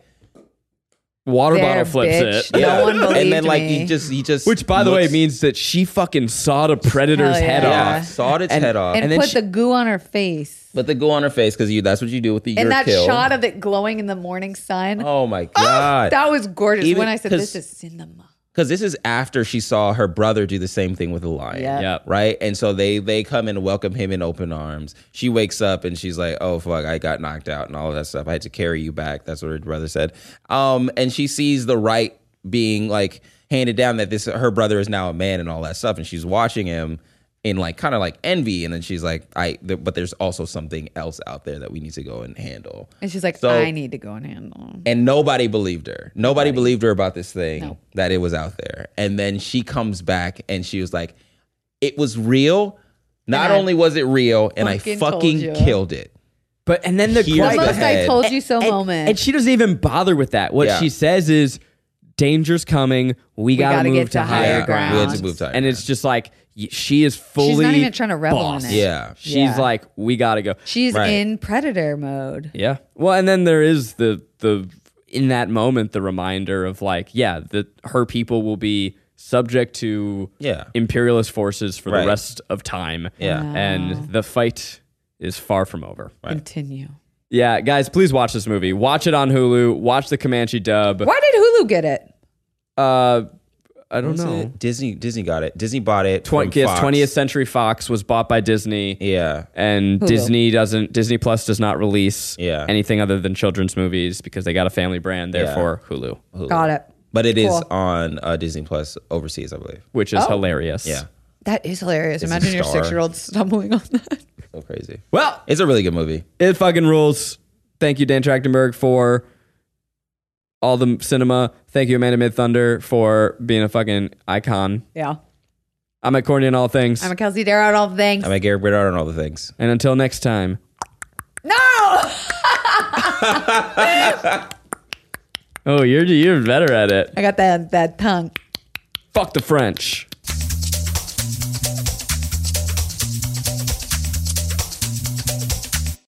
Speaker 3: Water
Speaker 4: There,
Speaker 3: bottle flips
Speaker 4: bitch.
Speaker 3: it.
Speaker 4: No
Speaker 5: yeah.
Speaker 4: one believed
Speaker 5: and then like
Speaker 4: me.
Speaker 5: he just he just
Speaker 3: Which, by the way,
Speaker 5: looks-
Speaker 3: means that she fucking sawed a predator's
Speaker 4: Hell
Speaker 3: head
Speaker 5: yeah,
Speaker 3: off.
Speaker 5: sawed its head off.
Speaker 4: And,
Speaker 3: And then
Speaker 4: put
Speaker 3: she-
Speaker 4: the goo on her face.
Speaker 5: But the go on her face because you—that's what you do with the
Speaker 4: and
Speaker 5: your
Speaker 4: that
Speaker 5: kill.
Speaker 4: shot of it glowing in the morning sun.
Speaker 5: oh my god!
Speaker 4: That was gorgeous.
Speaker 5: Even-
Speaker 4: when I said
Speaker 5: 'cause-
Speaker 4: this is cinema.
Speaker 5: Because this is after she saw her brother do the same thing with a lion.
Speaker 4: Yeah.
Speaker 3: Yep.
Speaker 5: Right, and so they they come and welcome him in open arms. She wakes up and she's like, "Oh fuck, I got knocked out and all of that stuff. I had to carry you back." That's what her brother said. Um, and she sees the right being like handed down that this her brother is now a man and all that stuff, and she's watching him in like kind of like envy, and then she's like, "I," but there's also something else out there that we need to go and handle.
Speaker 4: And she's like,
Speaker 5: So-
Speaker 4: I need to go and handle.
Speaker 5: and nobody believed her. Nobody believed her about this thing that it was out there. And then she comes back and she was like, "It was real. Not
Speaker 4: And I
Speaker 5: only was it real, and I
Speaker 4: fucking
Speaker 5: fucking
Speaker 4: told you."
Speaker 5: killed it."
Speaker 3: But and then the
Speaker 5: Here's
Speaker 4: The
Speaker 5: Like
Speaker 3: gripe-
Speaker 5: the
Speaker 4: most I
Speaker 5: head.
Speaker 4: told you so
Speaker 3: and,
Speaker 4: moment.
Speaker 3: and she doesn't even bother with that. What
Speaker 5: Yeah.
Speaker 3: she says is, "Danger's coming. We, gotta,
Speaker 4: gotta
Speaker 3: move
Speaker 4: get to higher
Speaker 3: higher
Speaker 4: ground."
Speaker 3: ground."
Speaker 5: we had to move time.
Speaker 3: And it's just like y- she is fully.
Speaker 4: She's not even trying to revel in
Speaker 3: boss.
Speaker 4: it.
Speaker 5: yeah,
Speaker 3: She's
Speaker 4: Yeah.
Speaker 3: like, "We gotta go."
Speaker 4: she's
Speaker 5: Right.
Speaker 4: in predator mode.
Speaker 3: Yeah. Well, and then there is the the in that moment the reminder of like, yeah, that her people will be subject to
Speaker 5: Yeah.
Speaker 3: imperialist forces for
Speaker 5: Right.
Speaker 3: the rest of time.
Speaker 5: Yeah. Wow.
Speaker 3: And the fight is far from over.
Speaker 4: Continue.
Speaker 3: Yeah, guys, please watch this movie. Watch it on Hulu. Watch the Comanche dub.
Speaker 4: Why did Hulu get it?
Speaker 3: Uh I don't
Speaker 5: Was
Speaker 3: know.
Speaker 5: it? Disney Disney got it. Disney bought it. from
Speaker 3: Oh. Twen- yes,
Speaker 5: Fox.
Speaker 3: 20th Century Fox was bought by Disney.
Speaker 5: Yeah,
Speaker 3: and Disney doesn't Disney Plus does not release
Speaker 5: Yeah.
Speaker 3: anything other than children's movies because they got a family brand, therefore Hulu,
Speaker 4: Got it.
Speaker 5: but it is
Speaker 4: Cool.
Speaker 5: on uh, Disney Plus overseas, I believe.
Speaker 3: which is hilarious.
Speaker 5: Yeah,
Speaker 4: That is hilarious.
Speaker 5: It's a
Speaker 4: Imagine your
Speaker 5: star.
Speaker 4: six year old stumbling on that.
Speaker 5: so crazy.
Speaker 3: Well,
Speaker 5: It's a really good movie.
Speaker 3: it fucking rules. Thank you, Dan Trachtenberg, for all the cinema. Thank you, Amanda Mid Thunder, for being a fucking icon.
Speaker 4: Yeah.
Speaker 3: I'm at Corny on all things.
Speaker 4: I'm a Kelsey Darrow and all the things.
Speaker 5: I mean, Garrett Bernard and all the things.
Speaker 3: and until next time.
Speaker 4: no!
Speaker 3: Oh, you're you're better at it.
Speaker 4: I got that that tongue.
Speaker 3: Fuck the French.